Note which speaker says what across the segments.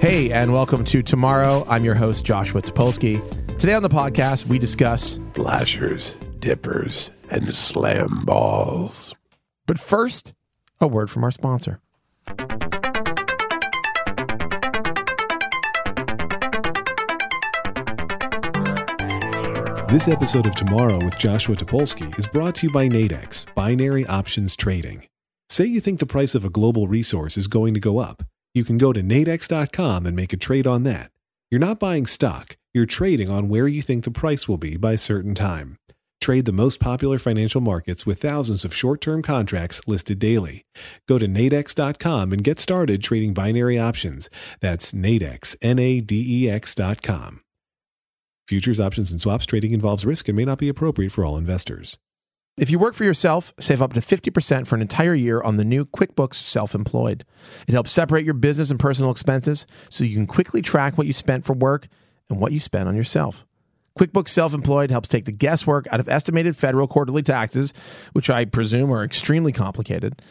Speaker 1: Hey, and welcome to Tomorrow. I'm your host, Joshua Topolsky. Today on the podcast, we discuss.
Speaker 2: Lashers, dippers, and slam balls.
Speaker 1: But first, a word from our sponsor.
Speaker 3: This episode of Tomorrow with Joshua Topolsky is brought to you by Nadex, Binary Options Trading. Say you think the price of a global resource is going to go up. You can go to Nadex.com and make a trade on that. You're not buying stock, you're trading on where you think the price will be by a certain time. Trade the most popular financial markets with thousands of short term contracts listed daily. Go to Nadex.com and get started trading binary options. That's Nadex, N A D E X.com. Futures, options, and swaps trading involves risk and may not be appropriate for all investors.
Speaker 1: If you work for yourself, save up to 50% for an entire year on the new QuickBooks Self Employed. It helps separate your business and personal expenses so you can quickly track what you spent for work and what you spent on yourself. QuickBooks Self Employed helps take the guesswork out of estimated federal quarterly taxes, which I presume are extremely complicated.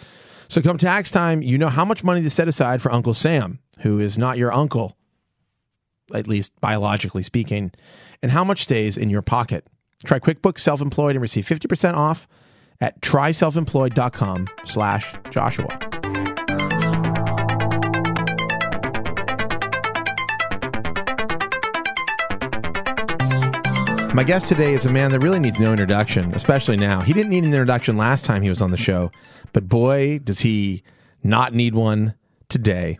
Speaker 1: So come tax time, you know how much money to set aside for Uncle Sam, who is not your uncle at least biologically speaking, and how much stays in your pocket. Try QuickBooks Self-Employed and receive 50% off at tryselfemployed.com slash Joshua. My guest today is a man that really needs no introduction, especially now. He didn't need an introduction last time he was on the show, but boy, does he not need one today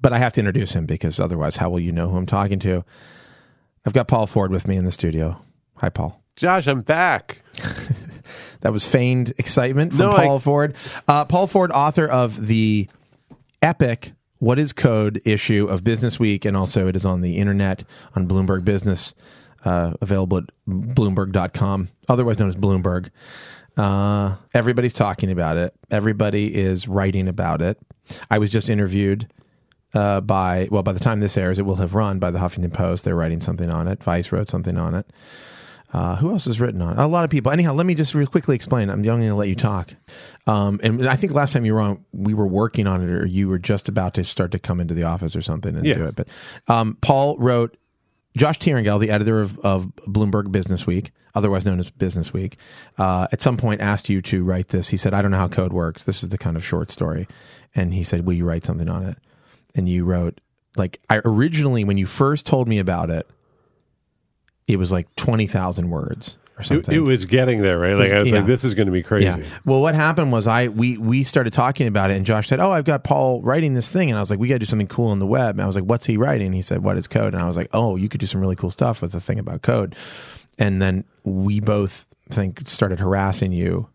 Speaker 1: but I have to introduce him because otherwise, how will you know who I'm talking to? I've got Paul Ford with me in the studio. Hi, Paul.
Speaker 2: Josh, I'm back.
Speaker 1: That was feigned excitement from
Speaker 2: No, I-
Speaker 1: Paul Ford. Uh, Paul Ford, author of the epic "What Is Code" issue of Business Week, and also it is on the internet on Bloomberg Business, uh, available at bloomberg.com, otherwise known as Bloomberg. Uh, everybody's talking about it. Everybody is writing about it. I was just interviewed uh, by well, by the time this airs, it will have run by the Huffington Post. They're writing something on it. Vice wrote something on it. Uh, who else has written on it? A lot of people. Anyhow, let me just real quickly explain. I'm going to let you talk. Um, and I think last time you were on, we were working on it, or you were just about to start to come into the office or something and
Speaker 2: Yeah.
Speaker 1: do it. But um, Paul wrote. Josh Tieringell, the editor of, of Bloomberg Business Week, otherwise known as Business Week, uh, at some point asked you to write this. He said, I don't know how code works. This is the kind of short story. And he said, Will you write something on it? and you wrote like I originally when you first told me about it, it was like twenty thousand words or
Speaker 2: It,
Speaker 1: something.
Speaker 2: it was getting there, right? Like I was
Speaker 1: yeah.
Speaker 2: like, this is going to be crazy.
Speaker 1: yeah. Well, what happened was I we we started talking about it, and Josh said, "Oh, I've got Paul writing this thing," and I was like, "We got to do something cool on the web." And I was like, "What's he writing?" He said, "What is code?" And I was like, "Oh, you could do some really cool stuff with the thing about code." And then we both think started harassing you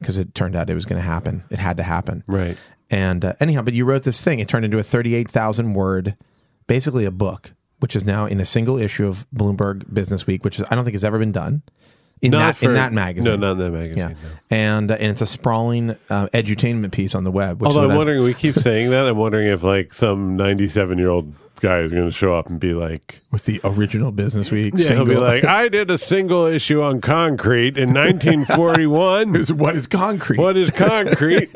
Speaker 1: because it turned out it was going to happen. It had to happen.
Speaker 2: Right.
Speaker 1: And uh, anyhow, but you wrote this thing. It turned into a 38,000 word, basically a book, which is now in a single issue of Bloomberg Business Week, which is, I don't think has ever been done in,
Speaker 2: Not
Speaker 1: that,
Speaker 2: for-
Speaker 1: in that magazine.
Speaker 2: No, not in that magazine.
Speaker 1: Yeah.
Speaker 2: no.
Speaker 1: And, uh, and it's a sprawling uh, edutainment piece on the web. Which is what
Speaker 2: Although I'm
Speaker 1: I've-
Speaker 2: wondering, we keep saying that. I'm wondering if like some 97 year old guy is going to show up and be like,
Speaker 1: with the original Business Week.
Speaker 2: yeah, he'll be
Speaker 1: single-
Speaker 2: like, I did a single issue on concrete in 1941.
Speaker 1: It's what is concrete?
Speaker 2: what is concrete?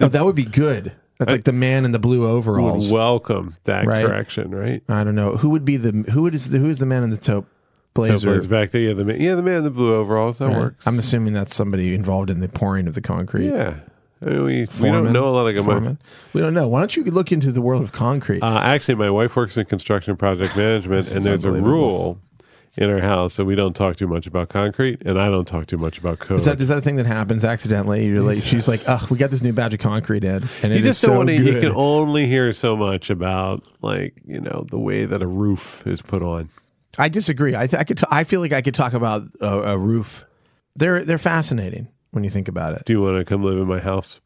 Speaker 1: Oh, that would be good. That's like the man in the blue overalls.
Speaker 2: Would welcome that
Speaker 1: Right.
Speaker 2: correction, right?
Speaker 1: I don't know who would be the who is who is the man in the taupe blazer.
Speaker 2: Blaze back there. Yeah, the man, yeah, the man in the blue overalls. That
Speaker 1: Right?
Speaker 2: works.
Speaker 1: I'm assuming that's somebody involved in the pouring of the concrete.
Speaker 2: yeah. I mean, we, we
Speaker 1: Foreman?
Speaker 2: don't know a lot of my,
Speaker 1: Foreman? We don't know. Why don't you look into the world of concrete?
Speaker 2: Uh, actually, my wife works in construction project management,
Speaker 1: is
Speaker 2: and there's a
Speaker 1: unbelievable.
Speaker 2: rule in our house that we don't talk too much about concrete, and I don't talk too much about code.
Speaker 1: is that is that a thing that happens accidentally? You're like, she's like, ugh, we got this new batch of concrete in, and it
Speaker 2: you
Speaker 1: is
Speaker 2: just
Speaker 1: so
Speaker 2: don't want to.
Speaker 1: good.
Speaker 2: You can only hear so much about, like, you know, the way that a roof is put on.
Speaker 1: I disagree. I, th- I could. T- I feel like I could talk about a, a roof. They're they're fascinating when you think about it.
Speaker 2: Do you want to come live in my house?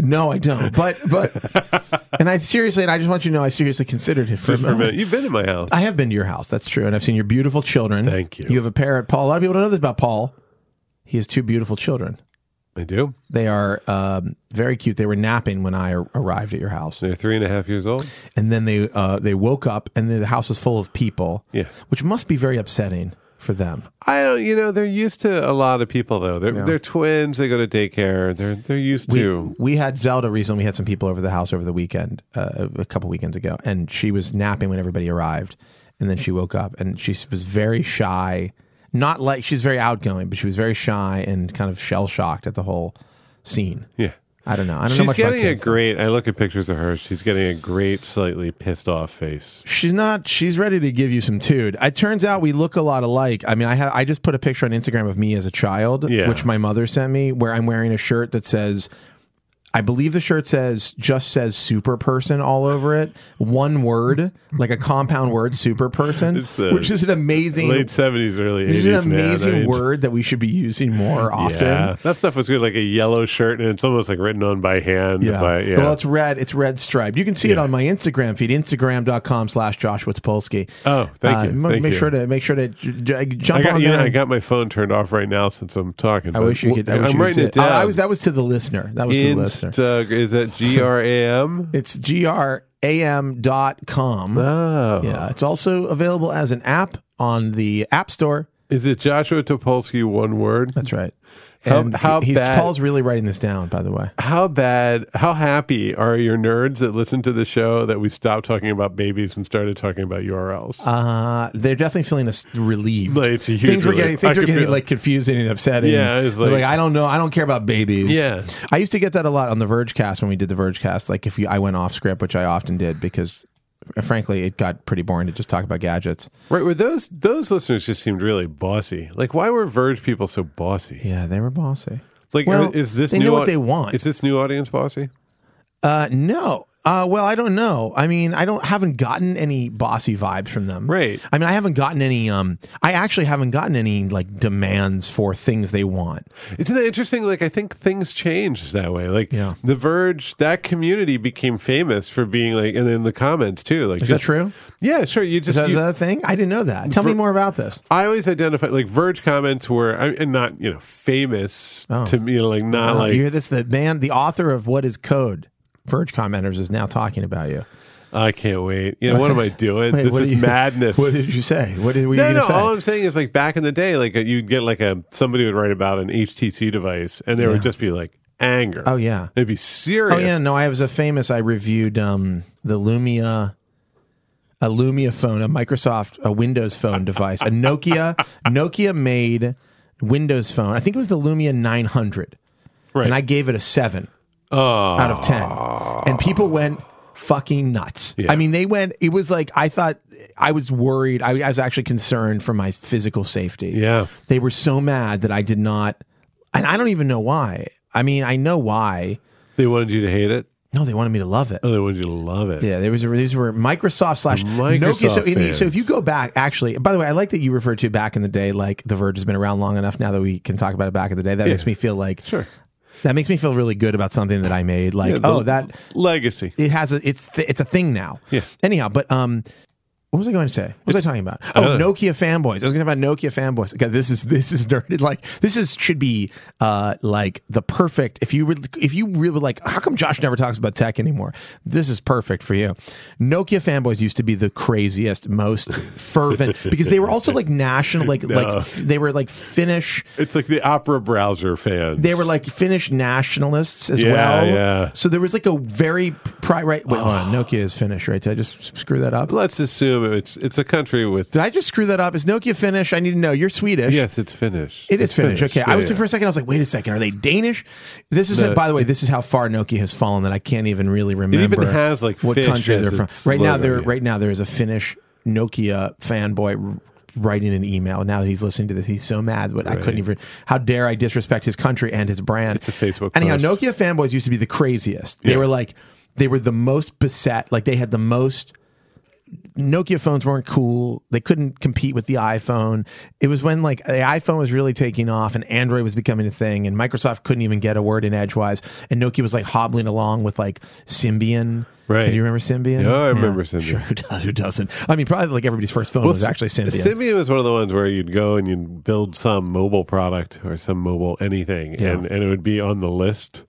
Speaker 1: No, I don't. But but, and I seriously, and I just want you to know, I seriously considered it for,
Speaker 2: Just for a
Speaker 1: moment.
Speaker 2: minute. You've been in my house.
Speaker 1: I have been to your house. That's true, and I've seen your beautiful children.
Speaker 2: Thank you.
Speaker 1: You have a parrot, Paul. A lot of people don't know this about Paul. He has two beautiful children.
Speaker 2: I do.
Speaker 1: They are um, very cute. They were napping when I ar- arrived at your house,
Speaker 2: They're three and a half years old.
Speaker 1: and then they uh, they woke up, and the house was full of people.
Speaker 2: Yeah.
Speaker 1: which must be very upsetting for them.
Speaker 2: I don't. You know, they're used to a lot of people though. They're
Speaker 1: Yeah.
Speaker 2: they're twins. They go to daycare. They're they're used
Speaker 1: We,
Speaker 2: to.
Speaker 1: we had Zelda recently. We had some people over the house over the weekend, uh, a couple weekends ago, and she was napping when everybody arrived. And then she woke up and she was very shy. Not like she's very outgoing, but she was very shy and kind of shell shocked at the whole scene.
Speaker 2: Yeah.
Speaker 1: I don't know. I don't know
Speaker 2: She's
Speaker 1: much about
Speaker 2: getting a
Speaker 1: kids.
Speaker 2: great. I look at pictures of her. She's getting a great, slightly pissed off face.
Speaker 1: She's not. She's ready to give you some dude. It turns out we look a lot alike. I mean, I ha- I just put a picture on Instagram of me as a child,
Speaker 2: Yeah.
Speaker 1: which my mother sent me, where I'm wearing a shirt that says, I believe the shirt says just says super person all over it, one word, like a compound word, super person,
Speaker 2: It's the
Speaker 1: which is an amazing,
Speaker 2: Late seventies, early
Speaker 1: which
Speaker 2: eighties.
Speaker 1: is an amazing word that we should be using more often.
Speaker 2: Yeah, that stuff was good. Like a yellow shirt, and it's almost like written on by hand. Yeah, by, yeah.
Speaker 1: Well, it's red. It's red striped. You can see it on my Instagram feed, instagram.com slash Josh Witzpolsky.
Speaker 2: Oh, thank you.
Speaker 1: Uh, m-
Speaker 2: Thank
Speaker 1: make
Speaker 2: you.
Speaker 1: sure to make sure to j- j-
Speaker 2: I
Speaker 1: jump
Speaker 2: got
Speaker 1: on
Speaker 2: you
Speaker 1: there.
Speaker 2: know, I
Speaker 1: and-
Speaker 2: got my phone turned off right now since I'm talking.
Speaker 1: I
Speaker 2: but
Speaker 1: wish you could. I wish
Speaker 2: I'm
Speaker 1: you could see
Speaker 2: writing it down.
Speaker 1: I, I was. That was to the listener. That was to the listener.
Speaker 2: Insta- is that G R A M?
Speaker 1: It's gram dot com.
Speaker 2: Oh,
Speaker 1: yeah, it's also available as an app on the App Store.
Speaker 2: is it Joshua Topolsky? One word.
Speaker 1: That's right.
Speaker 2: How-
Speaker 1: And
Speaker 2: how
Speaker 1: he- he's,
Speaker 2: bad-
Speaker 1: Paul's really writing this down, by the way.
Speaker 2: How bad? How happy are your nerds that listen to the show that we stopped talking about babies and started talking about URLs?
Speaker 1: Uh, they're definitely feeling us relieved.
Speaker 2: Like, it's a huge
Speaker 1: things were
Speaker 2: relief.
Speaker 1: getting things
Speaker 2: I
Speaker 1: were
Speaker 2: can
Speaker 1: getting
Speaker 2: feel it.
Speaker 1: like confusing and upsetting.
Speaker 2: Yeah, it's
Speaker 1: They're
Speaker 2: like-
Speaker 1: I don't know, I don't care about babies.
Speaker 2: Yeah.
Speaker 1: I used to get that a lot on the Verge cast when we did the Verge cast. Like if you, I went off script, which I often did because, uh, frankly, it got pretty boring to just talk about gadgets.
Speaker 2: Right, where those those listeners just seemed really bossy. Like, why were Verge people so bossy?
Speaker 1: Yeah, they were bossy.
Speaker 2: Like,
Speaker 1: Well,
Speaker 2: is this
Speaker 1: they
Speaker 2: new
Speaker 1: know what
Speaker 2: au-
Speaker 1: they want.
Speaker 2: Is this new audience bossy?
Speaker 1: Uh, no. Uh, well, I don't know. I mean, I don't haven't gotten any bossy vibes from them.
Speaker 2: Right.
Speaker 1: I mean, I haven't gotten any. Um, I actually haven't gotten any like demands for things they want.
Speaker 2: Isn't it interesting? Like, I think things changed that way. Like,
Speaker 1: Yeah.
Speaker 2: The Verge, that community became famous for being like, and in the comments too. Like,
Speaker 1: Is that
Speaker 2: just-
Speaker 1: true?
Speaker 2: Yeah, sure. You
Speaker 1: Is
Speaker 2: just
Speaker 1: that,
Speaker 2: you-
Speaker 1: is that a thing? I didn't know that. Tell me more about this.
Speaker 2: I always identify like Verge comments were I- and not you know famous
Speaker 1: Oh.
Speaker 2: to me. You know, like not
Speaker 1: Oh,
Speaker 2: like
Speaker 1: you hear this? The man, the author of What Is Code, Verge commenters, is now talking about you.
Speaker 2: I can't wait. You know what am I doing?
Speaker 1: Wait,
Speaker 2: this
Speaker 1: what
Speaker 2: is
Speaker 1: did you-
Speaker 2: madness.
Speaker 1: What did you say? What did, were you
Speaker 2: no,
Speaker 1: going to
Speaker 2: no.
Speaker 1: say?
Speaker 2: All I'm saying is, like back in the day, like uh, you'd get like a somebody would write about an HTC device, and there would just be like anger.
Speaker 1: oh yeah.
Speaker 2: it'd be serious.
Speaker 1: Oh yeah. No, I was a famous. I reviewed um, the Lumia, a Lumia phone, a Microsoft, a Windows phone device, a Nokia. Nokia made Windows phone. I think it was the Lumia 900,
Speaker 2: Right.
Speaker 1: and I gave it a seven.
Speaker 2: Oh.
Speaker 1: out of 10. And people went fucking nuts. I mean, they went, it was like, I thought, I was worried. I, I was actually concerned for my physical safety.
Speaker 2: Yeah.
Speaker 1: They were so mad that I did not, and I don't even know why. I mean, I know why.
Speaker 2: They wanted you to hate it.
Speaker 1: No, they wanted me to love it.
Speaker 2: Oh, they wanted you to love it.
Speaker 1: Yeah, there was these were Microsoft slash Nokia. So,
Speaker 2: Microsoft
Speaker 1: in- so if
Speaker 2: fans.
Speaker 1: you go back, actually, by the way, I like that you referred to back in the day. Like the Verge has been around long enough now that we can talk about it back in the day. That makes me feel like
Speaker 2: Sure.
Speaker 1: That makes me feel really good about something that I made. Like
Speaker 2: The
Speaker 1: oh that
Speaker 2: legacy.
Speaker 1: it has a it's th- it's a thing now.
Speaker 2: Yeah.
Speaker 1: Anyhow, but um, what was I going to say? What was I talking about? Oh,
Speaker 2: don't know.
Speaker 1: Nokia fanboys. I was going to about Nokia fanboys. Okay, this is this is nerded. Like this is should be uh like the perfect. If you would if you really would like, how come Josh never talks about tech anymore? This is perfect for you. Nokia fanboys used to be the craziest, most fervent because they were also like national, like like f- they were like Finnish.
Speaker 2: It's like the opera browser fans.
Speaker 1: They were like Finnish nationalists as
Speaker 2: Yeah,
Speaker 1: well.
Speaker 2: yeah.
Speaker 1: So there was like a very pri right. Wait, hold on. Nokia is Finnish, right? Did I just s- screw that up?
Speaker 2: Let's assume it's it's a country with.
Speaker 1: Did I just screw that up? Is Nokia Finnish? I need to know. You're Swedish.
Speaker 2: Yes, it's Finnish.
Speaker 1: It is
Speaker 2: It's
Speaker 1: Finnish. Okay.
Speaker 2: Yeah,
Speaker 1: I was
Speaker 2: yeah.
Speaker 1: for a second. I was like, wait a second. Are they Danish? This is
Speaker 2: No.
Speaker 1: by the way. This is how far Nokia has fallen that I can't even really
Speaker 2: It
Speaker 1: remember
Speaker 2: even has like
Speaker 1: what
Speaker 2: fish
Speaker 1: country
Speaker 2: as
Speaker 1: they're from.
Speaker 2: its
Speaker 1: Right now,
Speaker 2: logo,
Speaker 1: there
Speaker 2: yeah.
Speaker 1: right now there is a Finnish Nokia fanboy r- writing an email. Now that he's listening to this, he's so mad. But I couldn't even. How dare I disrespect his country and his brand?
Speaker 2: It's a Facebook
Speaker 1: Anyhow,
Speaker 2: post.
Speaker 1: Nokia fanboys used to be the craziest. They
Speaker 2: Yeah.
Speaker 1: were like, they were the most beset. Like they had the most. Nokia phones weren't cool. They couldn't compete with the iPhone. It was when like the iPhone was really taking off and Android was becoming a thing and Microsoft couldn't even get a word in edgewise and Nokia was like hobbling along with like Symbian.
Speaker 2: Right.
Speaker 1: Do you remember Symbian?
Speaker 2: Yeah, I remember Symbian.
Speaker 1: Sure, who, does, who doesn't? I mean, probably like everybody's first phone was
Speaker 2: S-
Speaker 1: actually Symbian.
Speaker 2: Symbian was one of the ones where you'd go and you'd build some mobile product or some mobile anything,
Speaker 1: Yeah.
Speaker 2: and, and it would be on the list.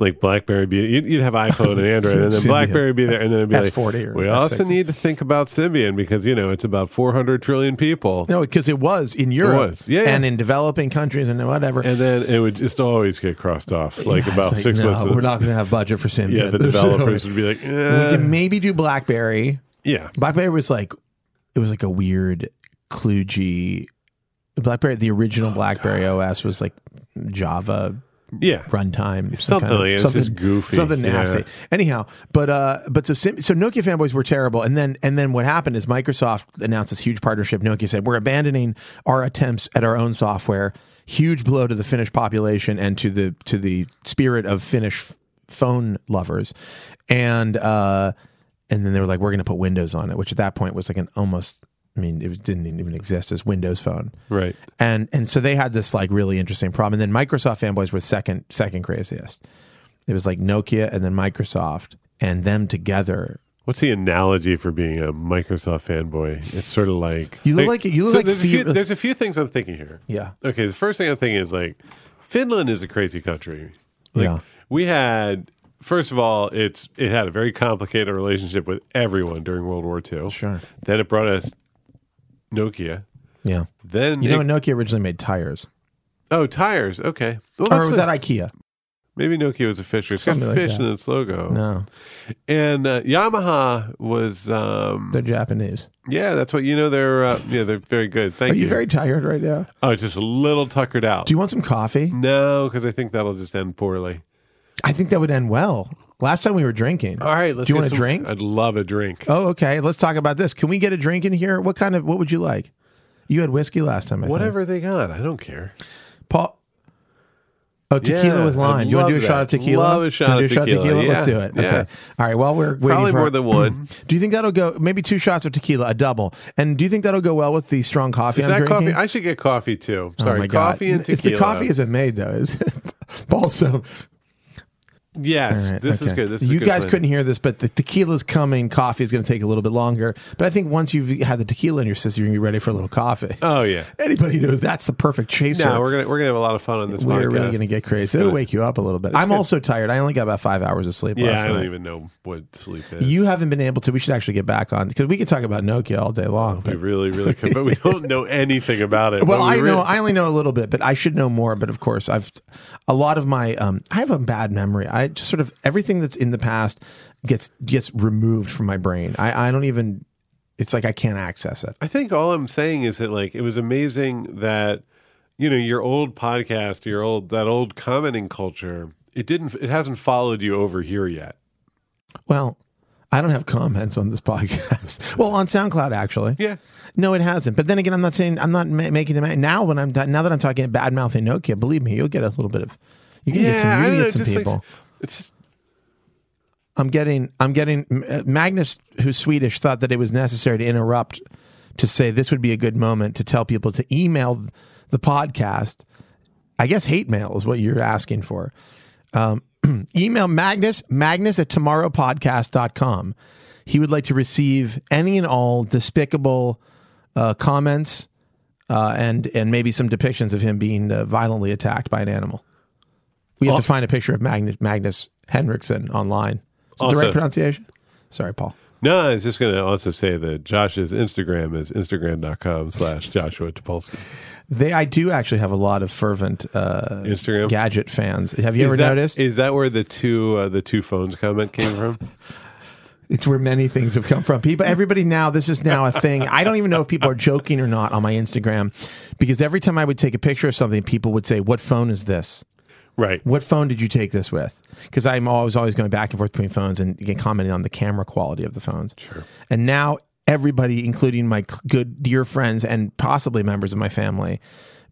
Speaker 2: like BlackBerry be you'd, you'd have iPhone and Android, and then
Speaker 1: Symbian.
Speaker 2: BlackBerry be there, and then it'd be like
Speaker 1: S40 or
Speaker 2: We also
Speaker 1: S60.
Speaker 2: need to think about Symbian because you know it's about 400 trillion people,
Speaker 1: No, because it was in Europe
Speaker 2: was. Yeah, yeah.
Speaker 1: and in developing countries and whatever.
Speaker 2: and then it would just always get crossed off like
Speaker 1: It's
Speaker 2: about six
Speaker 1: no,
Speaker 2: months. in-
Speaker 1: We're not going to have budget for Symbian.
Speaker 2: yeah, the
Speaker 1: There's no
Speaker 2: developers
Speaker 1: way.
Speaker 2: would be like,
Speaker 1: we
Speaker 2: eh,
Speaker 1: can maybe do BlackBerry.
Speaker 2: yeah,
Speaker 1: BlackBerry was like, it was like a weird, kludgy. BlackBerry, the
Speaker 2: Oh,
Speaker 1: original BlackBerry OS was like Java
Speaker 2: yeah,
Speaker 1: runtime, some
Speaker 2: Something like- it's just goofy,
Speaker 1: something
Speaker 2: yeah.
Speaker 1: nasty. Anyhow, but uh, but so Sym- so Nokia fanboys were terrible, and then and then what happened is Microsoft announced this huge partnership. Nokia said we're abandoning our attempts at our own software. Huge blow to the Finnish population and to the to the spirit of Finnish f- phone lovers, and uh, and then they were like, we're going to put Windows on it, which at that point was like an almost. I mean, it didn't even exist as Windows Phone
Speaker 2: right.
Speaker 1: and and so they had this like really interesting problem. And then Microsoft fanboys were second second craziest. It was like Nokia and then Microsoft and them together.
Speaker 2: What's the analogy for being a Microsoft fanboy? It's sort of like
Speaker 1: You look like- you look like
Speaker 2: there's, a few,
Speaker 1: Fe-
Speaker 2: there's a few things I'm thinking here.
Speaker 1: Yeah,
Speaker 2: Okay, the first thing I'm thinking is like Finland is a crazy country.
Speaker 1: yeah,
Speaker 2: We had first of all, it's it had a very complicated relationship with everyone during World War II.
Speaker 1: sure,
Speaker 2: Then it brought us Nokia.
Speaker 1: yeah.
Speaker 2: Then
Speaker 1: You know,
Speaker 2: it-
Speaker 1: Nokia originally made tires,
Speaker 2: oh tires. Okay, well,
Speaker 1: or
Speaker 2: that's
Speaker 1: was
Speaker 2: a-
Speaker 1: that IKEA?
Speaker 2: maybe Nokia was a fisher. It's got
Speaker 1: Something like
Speaker 2: fish
Speaker 1: that.
Speaker 2: in its logo.
Speaker 1: No,
Speaker 2: And uh, Yamaha was um,
Speaker 1: they're Japanese.
Speaker 2: yeah, that's what you know. They're uh, yeah, they're very good. Thank
Speaker 1: Are you very tired right now?
Speaker 2: Oh, just a little tuckered out.
Speaker 1: Do you want some coffee?
Speaker 2: no, because I think that'll just end poorly.
Speaker 1: I think that would end well. Last time we were drinking.
Speaker 2: All right, let's.
Speaker 1: Do you want
Speaker 2: get
Speaker 1: a
Speaker 2: some- uh,
Speaker 1: drink?
Speaker 2: I'd love a drink.
Speaker 1: Oh, okay. Let's talk about this. Can we get a drink in here? What kind of? What would you like? You had whiskey last time. I think.
Speaker 2: Whatever they got, I don't care.
Speaker 1: Paul. Oh, tequila
Speaker 2: Yeah,
Speaker 1: with lime.
Speaker 2: I'd
Speaker 1: you want to do a
Speaker 2: love
Speaker 1: shot of
Speaker 2: that.
Speaker 1: tequila?
Speaker 2: Love a shot
Speaker 1: Do
Speaker 2: of
Speaker 1: you wanna do a
Speaker 2: tequila,
Speaker 1: Let's do
Speaker 2: yeah,
Speaker 1: it.
Speaker 2: yeah.
Speaker 1: Okay. All right. While we're waiting
Speaker 2: Probably
Speaker 1: for
Speaker 2: more than one.
Speaker 1: Do you think that'll go? Maybe two shots of tequila, a double. And do you think that'll go well with the strong coffee
Speaker 2: Is
Speaker 1: I'm
Speaker 2: that
Speaker 1: drinking?
Speaker 2: coffee? I should get coffee too.
Speaker 1: Oh
Speaker 2: Sorry,
Speaker 1: my God.
Speaker 2: coffee and
Speaker 1: It's
Speaker 2: tequila.
Speaker 1: the coffee isn't made though. Is it? balsam. All
Speaker 2: yes,
Speaker 1: right,
Speaker 2: this is
Speaker 1: okay.
Speaker 2: good. This is a
Speaker 1: you
Speaker 2: good
Speaker 1: guys
Speaker 2: plan.
Speaker 1: couldn't hear this, but the tequila's coming. Coffee is going to take a little bit longer. But I think once you've had the tequila in your system, you're going to be ready for a little coffee.
Speaker 2: Oh yeah.
Speaker 1: Anybody knows that's the perfect chaser.
Speaker 2: No, we're gonna we're gonna have a lot of fun on this.
Speaker 1: we are
Speaker 2: podcast.
Speaker 1: really going to get crazy. It'll wake you up a little bit. I'm
Speaker 2: good.
Speaker 1: also tired. I only got about five hours of sleep
Speaker 2: Yeah,
Speaker 1: last
Speaker 2: I don't
Speaker 1: night.
Speaker 2: even know what sleep is.
Speaker 1: You haven't been able to. We should actually get back on because we could talk about Nokia all day long.
Speaker 2: we
Speaker 1: But,
Speaker 2: really, really could, but we don't know anything about it.
Speaker 1: well,
Speaker 2: But we
Speaker 1: I
Speaker 2: really-
Speaker 1: know. I only know a little bit, but I should know more. But of course, I've a lot of my. Um, I have a bad memory. I just sort of everything that's in the past gets gets removed from my brain. I, I don't even. It's like I can't access it.
Speaker 2: I think all I'm saying is that like it was amazing that you know your old podcast, your old that old commenting culture, it didn't it hasn't followed you over here yet.
Speaker 1: Well, I don't have comments on this podcast. well, on SoundCloud actually.
Speaker 2: Yeah.
Speaker 1: No, it hasn't. But then again, I'm not saying I'm not ma- making them now. When I'm now that I'm talking bad mouthing Nokia, believe me, you'll get a little bit of you can get some, you can get some people.
Speaker 2: it's just
Speaker 1: I'm getting I'm getting M- uh, Magnus, who's Swedish, thought that it was necessary to interrupt to say this would be a good moment to tell people to email the podcast. I guess hate mail is what you're asking for. Um, email Magnus, Magnus at tomorrowpodcast.com. He would like to receive any and all despicable uh, comments uh, and and maybe some depictions of him being uh, violently attacked by an animal. We have to find a picture of Magnus, Magnus Henriksen online. Is that the right
Speaker 2: Also-
Speaker 1: pronunciation? Sorry, Paul.
Speaker 2: no, I was just gonna also say that Josh's Instagram is Instagram.com slash Joshua Topolsky.
Speaker 1: They, I do actually have a lot of fervent uh,
Speaker 2: Instagram.
Speaker 1: gadget fans. Have you ever
Speaker 2: is that,
Speaker 1: noticed?
Speaker 2: Is that where the two uh, the two phones comment came from?
Speaker 1: it's where many things have come from. People, everybody now, this is now a thing. I don't even know if people are joking or not on my Instagram because every time I would take a picture of something, people would say, "What phone is this?"
Speaker 2: right.
Speaker 1: What phone did you take this with? Because I'm always always going back and forth between phones and again, commenting on the camera quality of the phones. Sure. And now everybody, including my cl- good dear friends and possibly members of my family,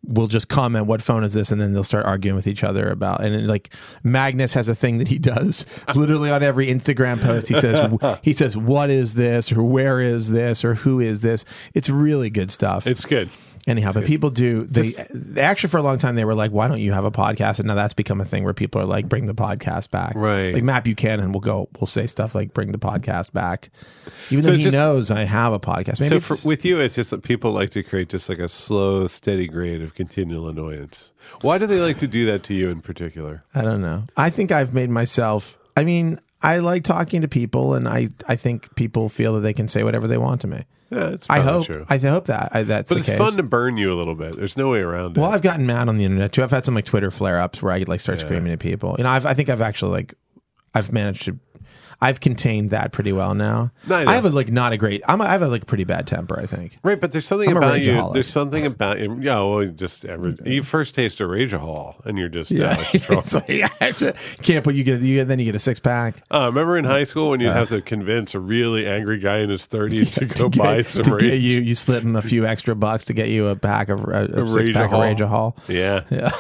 Speaker 1: will just comment, "What phone is this?" And then they'll start arguing with each other about. And then, like Magnus has a thing that he does literally on every Instagram post. He says he says, "What is this?" or "Where is this?" or "Who is this?" It's really good stuff.
Speaker 2: It's good.
Speaker 1: Anyhow, but people do. They, they actually for a long time they were like, "Why don't you have a podcast?" And now that's become a thing where people are like, "Bring the podcast back."
Speaker 2: Right.
Speaker 1: Like Matt Buchanan will go, will say stuff like, "Bring the podcast back," even
Speaker 2: So
Speaker 1: though
Speaker 2: it's
Speaker 1: he
Speaker 2: just-
Speaker 1: knows I have a podcast. Maybe
Speaker 2: So
Speaker 1: it's-
Speaker 2: for, with you, it's just that people like to create just like a slow, steady grade of continual annoyance. Why do they like to do that to you in particular?
Speaker 1: I don't know. I think I've made myself. I mean, I like talking to people, and I I think people feel that they can say whatever they want to me.
Speaker 2: Yeah, it's
Speaker 1: I
Speaker 2: probably
Speaker 1: hope.
Speaker 2: Oh, true.
Speaker 1: I hope that I, that's
Speaker 2: but
Speaker 1: the
Speaker 2: it's
Speaker 1: case.
Speaker 2: fun to burn you a little bit. There's no way around it.
Speaker 1: Well, I've gotten mad on the internet too. I've had some like Twitter flare ups where I like start screaming at people. You know, I've, I think I've actually like I've managed to I've contained that pretty well now.
Speaker 2: No, I know.
Speaker 1: I have a like not a great. I'm a, I have a like pretty bad temper. I think.
Speaker 2: Right, but there's something
Speaker 1: I'm a
Speaker 2: about you.
Speaker 1: rageaholic.
Speaker 2: There's something about you. Yeah, well, you just ever you first taste a rage hall, and you're just yeah. uh,
Speaker 1: it's like, I actually can't. But you get you get then you get a six pack.
Speaker 2: Uh, remember in high school when you'd have to convince a really angry guy in his 30s to go
Speaker 1: to
Speaker 2: buy
Speaker 1: get-
Speaker 2: some
Speaker 1: to
Speaker 2: rage?
Speaker 1: get you you slip him a few extra bucks to get you a pack of a, a six pack of
Speaker 2: Rage-a-Hol.
Speaker 1: Rage Hall.
Speaker 2: Yeah.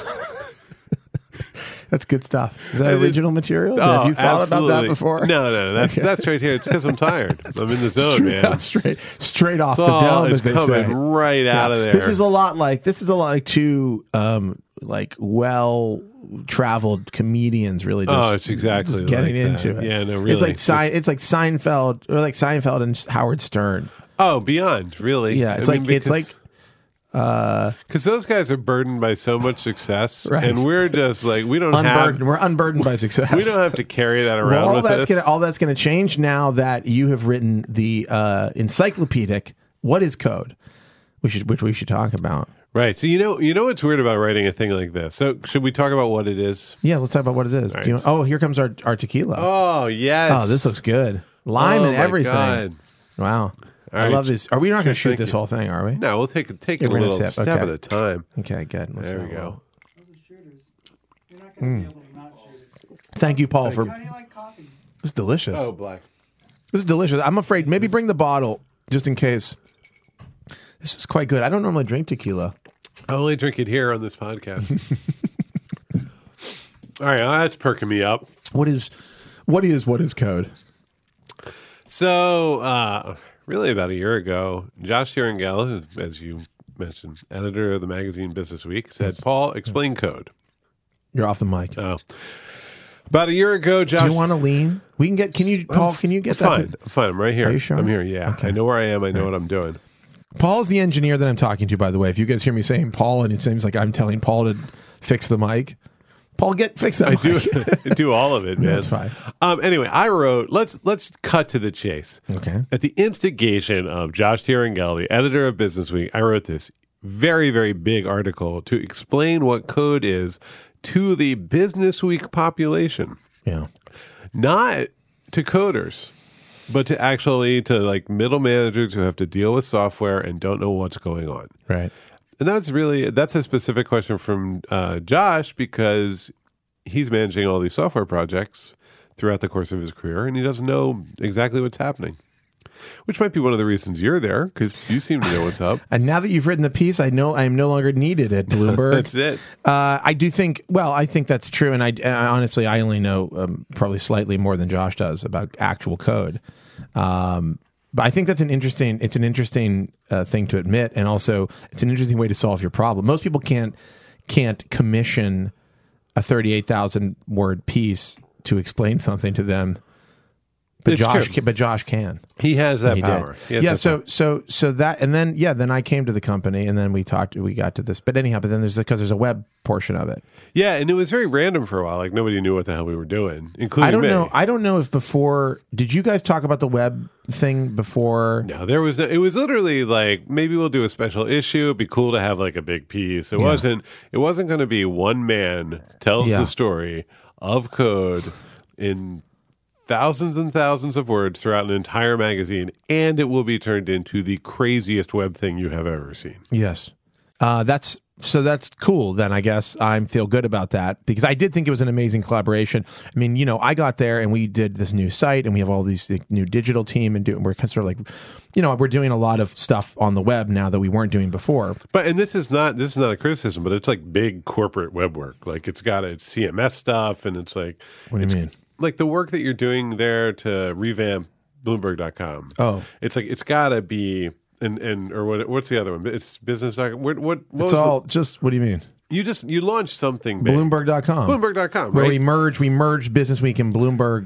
Speaker 1: That's good stuff. Is that
Speaker 2: It is- Oh,
Speaker 1: original material? have you thought about that
Speaker 2: absolutely.
Speaker 1: before?
Speaker 2: No, no, that's that's right here. It's because I'm tired. I'm in the zone,
Speaker 1: straight,
Speaker 2: man.
Speaker 1: straight straight off
Speaker 2: It's
Speaker 1: the
Speaker 2: all-
Speaker 1: dome,
Speaker 2: it's
Speaker 1: as they
Speaker 2: coming
Speaker 1: say.
Speaker 2: right out of there.
Speaker 1: This is a lot like this is a lot like two um like well traveled comedians really just
Speaker 2: Oh, it's exactly
Speaker 1: just getting
Speaker 2: like that.
Speaker 1: into it.
Speaker 2: Yeah, no,
Speaker 1: It's
Speaker 2: really.
Speaker 1: like Sein, it's like Seinfeld or like Seinfeld and Howard Stern.
Speaker 2: oh, beyond really.
Speaker 1: Yeah, it's
Speaker 2: I mean,
Speaker 1: like it's
Speaker 2: because-
Speaker 1: like uh,
Speaker 2: because those guys are burdened by so much success,
Speaker 1: Right.
Speaker 2: and we're just like we don't
Speaker 1: unburdened.
Speaker 2: have
Speaker 1: we're unburdened by success.
Speaker 2: we don't have to carry that around.
Speaker 1: well, all
Speaker 2: with
Speaker 1: that's
Speaker 2: us.
Speaker 1: gonna all that's gonna change now that you have written the uh encyclopedic what is code, which is which we should talk about.
Speaker 2: right. So you know you know what's weird about writing a thing like this. So should we talk about what it is?
Speaker 1: Yeah, let's talk about what it is. Do you, oh, here comes our our tequila.
Speaker 2: Oh yes.
Speaker 1: Oh, this looks good. Lime
Speaker 2: Oh,
Speaker 1: and
Speaker 2: my
Speaker 1: everything.
Speaker 2: God.
Speaker 1: Wow. I
Speaker 2: right.
Speaker 1: love this. Are we not going to shoot
Speaker 2: thank
Speaker 1: this
Speaker 2: you.
Speaker 1: whole thing, are we?
Speaker 2: No, we'll take take it a
Speaker 1: we're gonna
Speaker 2: little
Speaker 1: sip,
Speaker 2: step
Speaker 1: okay.
Speaker 2: at a time.
Speaker 1: Okay, good. Let's
Speaker 2: There
Speaker 1: not-
Speaker 2: we go.
Speaker 4: Those are shooters. You're not going to be able to not shoot it.
Speaker 1: Thank you, Paul, for
Speaker 4: How do you like coffee?
Speaker 1: it's delicious.
Speaker 2: Oh, black.
Speaker 1: This is delicious. I'm afraid maybe bring the bottle just in case. This is quite good. I don't normally drink tequila.
Speaker 2: I only drink it here on this podcast. All right, well, that's perking me up.
Speaker 1: What is what is what is code?
Speaker 2: So, uh, really, about a year ago, Josh Herringell, who's, as you mentioned, editor of the magazine Business Week, said, "Paul, explain code."
Speaker 1: You're off the mic.
Speaker 2: Oh, about a year ago, Josh.
Speaker 1: Do you want to lean? We can get can you Paul, can you get that?
Speaker 2: fine, fine. I'm right here.
Speaker 1: Are you sure?
Speaker 2: I'm here. Yeah, I know where I am. I know what I'm doing.
Speaker 1: Paul's the engineer that I'm talking to, by the way. If you guys hear me saying Paul and it seems like I'm telling Paul to fix the mic. Paul, get fix that
Speaker 2: I
Speaker 1: mic.
Speaker 2: do do all of it, man.
Speaker 1: it's fine.
Speaker 2: Um, anyway, I wrote. Let's let's cut to the chase.
Speaker 1: Okay.
Speaker 2: At the instigation of Josh Tierangel, the editor of Business Week, I wrote this very very big article to explain what code is to the Business Week population,
Speaker 1: Yeah.
Speaker 2: not to coders. But to actually to like middle managers who have to deal with software and don't know what's going on.
Speaker 1: Right.
Speaker 2: And that's really that's a specific question from uh, Josh because he's managing all these software projects throughout the course of his career, and he doesn't know exactly what's happening. Which might be one of the reasons you're there because you seem to know what's up.
Speaker 1: And now that you've written the piece, I know I am no longer needed at Bloomberg.
Speaker 2: That's it.
Speaker 1: Uh, I do think. Well, I think that's true, and I, and I honestly, I only know um, probably slightly more than Josh does about actual code. Um, but I think that's an interesting. It's an interesting uh, thing to admit, and also it's an interesting way to solve your problem. Most people can't can't commission a thirty-eight thousand word piece to explain something to them. But
Speaker 2: It's
Speaker 1: Josh,
Speaker 2: true.
Speaker 1: can, but Josh can.
Speaker 2: He has that
Speaker 1: He did.
Speaker 2: power. He has
Speaker 1: Yeah.
Speaker 2: that
Speaker 1: So so so that and then yeah then I came to the company and then we talked we got to this but anyhow but then there's because there's a web portion of it.
Speaker 2: power. yeah, and it was very random for a while. Like nobody knew what the hell we were doing, including
Speaker 1: I don't
Speaker 2: me.
Speaker 1: know. I don't know if before did you guys talk about the web thing before?
Speaker 2: No, there was no. It was literally like maybe we'll do a special issue. It'd be cool to have like a big piece. It wasn't. It wasn't going to be one man tells
Speaker 1: Yeah.
Speaker 2: the story of code in thousands and thousands of words throughout an entire magazine, and it will be turned into the craziest web thing you have ever seen.
Speaker 1: Yes. Uh, that's so that's cool then I guess I am feel good about that because I did think it was an amazing collaboration. I mean, you know, I got there and we did this new site and we have all these like, new digital team and do, we're sort of like you know, we're doing a lot of stuff on the web now that we weren't doing before.
Speaker 2: But and this is not this is not a criticism, but it's like big corporate web work. Like it's got its CMS stuff, and it's like
Speaker 1: What do you mean?
Speaker 2: like the work that you're doing there to revamp bloomberg.com
Speaker 1: Oh.
Speaker 2: it's like it's got to be and and or what? What's the other one? It's business. doc- What what? what was
Speaker 1: It's
Speaker 2: the-
Speaker 1: all just what do you mean?
Speaker 2: you just you launched something. Big.
Speaker 1: Bloomberg.com.
Speaker 2: Bloomberg.com.
Speaker 1: Where
Speaker 2: Right?
Speaker 1: we merge, we merge Business Week and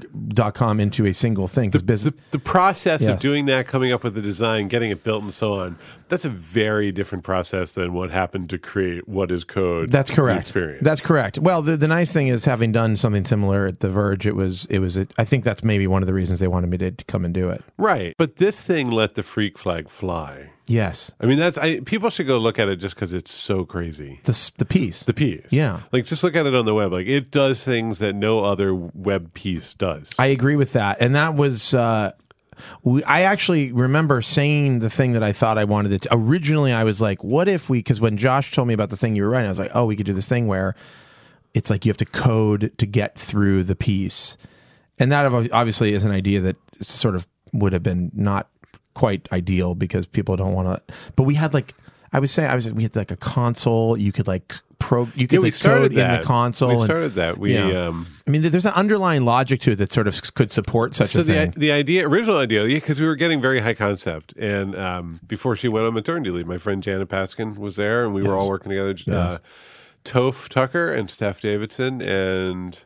Speaker 1: Bloomberg.com into a single thing because business.
Speaker 2: the, the process of
Speaker 1: Yes.
Speaker 2: doing that, coming up with the design, getting it built, and so on. That's a very different process than what happened to create what is code.
Speaker 1: That's
Speaker 2: the
Speaker 1: correct.
Speaker 2: Experience.
Speaker 1: That's correct. Well, the, the nice thing is having done something similar at The Verge, it was it was. A, I think that's maybe one of the reasons they wanted me to, to come and do it.
Speaker 2: right. But this thing let the freak flag fly.
Speaker 1: Yes,
Speaker 2: I mean, that's I, people should go look at it just because it's so crazy.
Speaker 1: the s- the piece.
Speaker 2: The piece,
Speaker 1: Yeah.
Speaker 2: like just look at it on the web. Like it does things that no other web piece does.
Speaker 1: I agree with that, and that was. Uh, we, I actually remember saying the thing that I thought I wanted it to. Originally, I was like, "What if we?" Because when Josh told me about the thing you were writing, I was like, "Oh, we could do this thing where it's like you have to code to get through the piece," and that ob- obviously is an idea that sort of would have been not quite ideal because people don't want to. But we had like I was saying, I was we had like a console. You could like pro. You could
Speaker 2: yeah, we
Speaker 1: like code
Speaker 2: started that
Speaker 1: in the console.
Speaker 2: We
Speaker 1: and-
Speaker 2: started that. We
Speaker 1: Yeah.
Speaker 2: um,
Speaker 1: I mean, there's an underlying logic to it that sort of s- could support such
Speaker 2: so
Speaker 1: a
Speaker 2: the
Speaker 1: thing.
Speaker 2: the idea original idea because we were getting very high concept and um, before she went on maternity leave my friend janet paskin was there and we were all working together uh, toph tucker and steph davidson and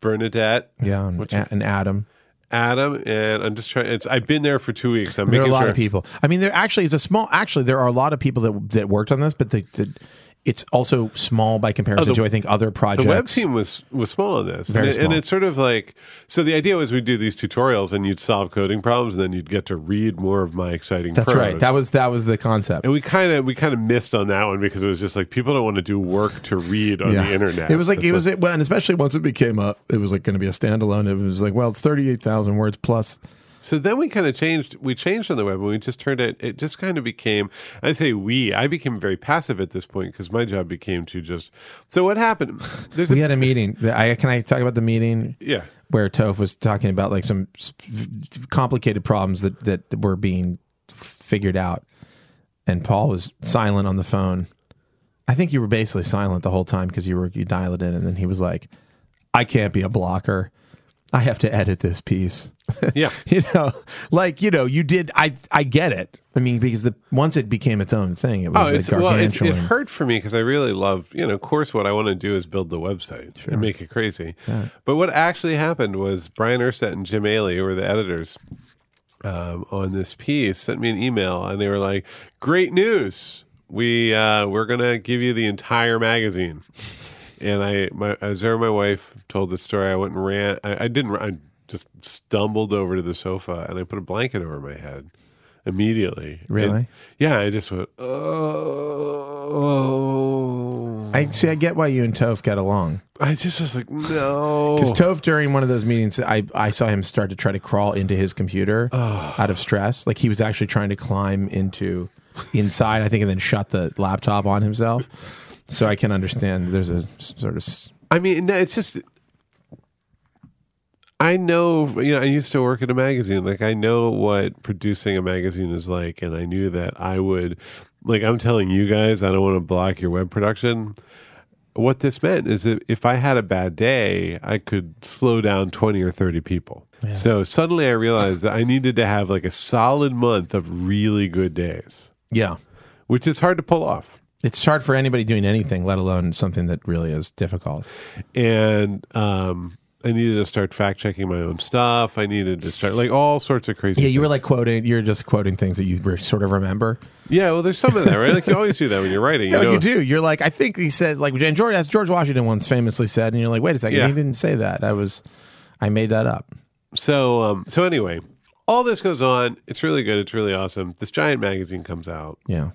Speaker 2: bernadette
Speaker 1: yeah, and,
Speaker 2: What's
Speaker 1: A- and Adam.
Speaker 2: adam and i'm just trying it's i've been there for two weeks i'm
Speaker 1: There are a
Speaker 2: making
Speaker 1: lot
Speaker 2: sure
Speaker 1: of people. I mean, there actually is a small. Actually, there are a lot of people that that worked on this, but the, the it's also small by comparison
Speaker 2: Oh, the-
Speaker 1: to I think other projects.
Speaker 2: the web team was was small on this
Speaker 1: Very
Speaker 2: and, it- and
Speaker 1: small.
Speaker 2: it's sort of like so the idea was we'd do these tutorials and you'd solve coding problems and then you'd get to read more of my exciting
Speaker 1: That's right.
Speaker 2: prose.
Speaker 1: That was that was the concept.
Speaker 2: And we kind of we kind of missed on that one because it was just like people don't want to do work to read on
Speaker 1: Yeah.
Speaker 2: the internet.
Speaker 1: It was like
Speaker 2: It's
Speaker 1: it was it well, and especially once it became a, it was like going to be a standalone. It was like, well, it's thirty eight thousand words plus.
Speaker 2: so then we kind of changed we changed on the web and we just turned it it just kind of became I say we I became very passive at this point because my job became to just so what happened there's
Speaker 1: We
Speaker 2: a
Speaker 1: had a meeting. I can I talk about the meeting?
Speaker 2: yeah
Speaker 1: where Toph was talking about like some s- complicated problems that that were being figured out, and Paul was silent on the phone. I think you were basically silent the whole time because you were you dial it in, and then he was like, "I can't be a blocker. I have to edit this piece."
Speaker 2: yeah
Speaker 1: you know, like you know, you did. I I get it. I mean, because the once it became its own thing, it was
Speaker 2: oh
Speaker 1: like
Speaker 2: it's, well it's,
Speaker 1: gargantuan.
Speaker 2: it hurt for me because I really love you know of course what I want to do is build the website and make it crazy but what actually happened was Brian Erstadt and Jim Ailey who were the editors um, on this piece sent me an email and they were like, "Great news! We uh, we're gonna give you the entire magazine." And I, my, I was there. with My wife told the story. I went and ran. I, I didn't. I just stumbled over to the sofa and I put a blanket over my head immediately.
Speaker 1: Really?
Speaker 2: And- yeah. I just went. Oh. I,
Speaker 1: I see. I get why you and Toph got along.
Speaker 2: just was like, no.
Speaker 1: Because Tove during one of those meetings, I, I saw him start to try to crawl into his computer out of stress. Like he was actually trying to climb into inside, I think, and then shut the laptop on himself. So I can understand. There's a s- sort of s-
Speaker 2: I mean, no, it's just. I know, you know, I used to work at a magazine. Like, I know what producing a magazine is like, and I knew that I would, like, I'm telling you guys, I don't want to block your web production. What this meant is that if I had a bad day, I could slow down 20 or 30 people. So suddenly I realized that I needed to have like a solid month of really good days,
Speaker 1: yeah.
Speaker 2: which is hard to pull off.
Speaker 1: It's hard for anybody doing anything, let alone something that really is difficult.
Speaker 2: and um, I needed to start fact checking my own stuff. I needed to start like all sorts of crazy.
Speaker 1: Yeah, you were
Speaker 2: things.
Speaker 1: like quoting. You're just quoting things that you re- sort of remember.
Speaker 2: yeah. Well, there's some of that, right? Like you always do that when you're writing. You
Speaker 1: No,
Speaker 2: know?
Speaker 1: Oh, you do. You're like, I think he said, like, and George, as George Washington once famously said, and you're like, wait a second,
Speaker 2: Yeah.
Speaker 1: he didn't say that. I was, I made that up.
Speaker 2: So, um, so anyway, all this goes on. It's really good. It's really awesome. This giant magazine comes out.
Speaker 1: Yeah.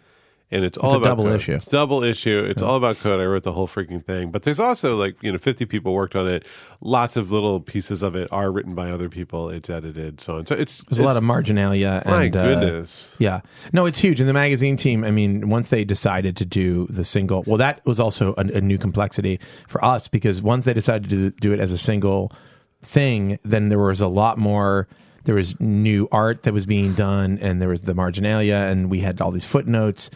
Speaker 2: and it's all
Speaker 1: a
Speaker 2: about
Speaker 1: double
Speaker 2: code.
Speaker 1: issue.
Speaker 2: It's double issue. It's all about code. I wrote the whole freaking thing, but there's also like you know 50 people worked on it. Lots of little pieces of it are written by other people. It's edited, so on. So it's
Speaker 1: There's a lot of marginalia.
Speaker 2: my
Speaker 1: and, uh,
Speaker 2: goodness.
Speaker 1: yeah, no, it's huge. And the magazine team, I mean, once they decided to do the single, well, that was also a, a new complexity for us because once they decided to do it as a single thing, then there was a lot more. There was new art that was being done, and there was the marginalia, and we had all these footnotes.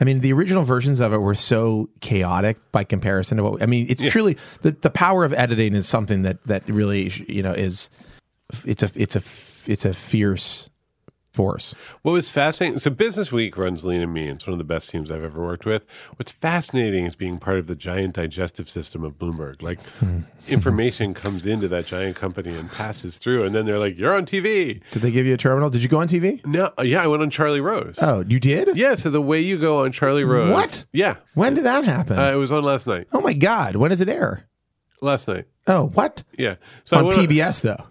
Speaker 1: I mean, the original versions of it were so chaotic by comparison to what I mean. It's truly the, the power of editing is something that that really you know is it's a it's a it's a fierce force.
Speaker 2: What was fascinating? So Business Week runs Lean and Mean. It's one of the best teams I've ever worked with. What's fascinating is being part of the giant digestive system of Bloomberg. Like
Speaker 1: Hmm.
Speaker 2: information comes into that giant company and passes through, and then they're like, "You're on TV."
Speaker 1: Did they give you a terminal? Did you go on TV?
Speaker 2: No, yeah, I went on Charlie Rose.
Speaker 1: Oh, you did?
Speaker 2: Yeah, so the way you go on Charlie Rose.
Speaker 1: What?
Speaker 2: Yeah,
Speaker 1: When did that happen?
Speaker 2: uh, it was on last night.
Speaker 1: oh my God. When does it air?
Speaker 2: Last night.
Speaker 1: Oh, what?
Speaker 2: Yeah. So I
Speaker 1: on
Speaker 2: went on-
Speaker 1: PBS, though.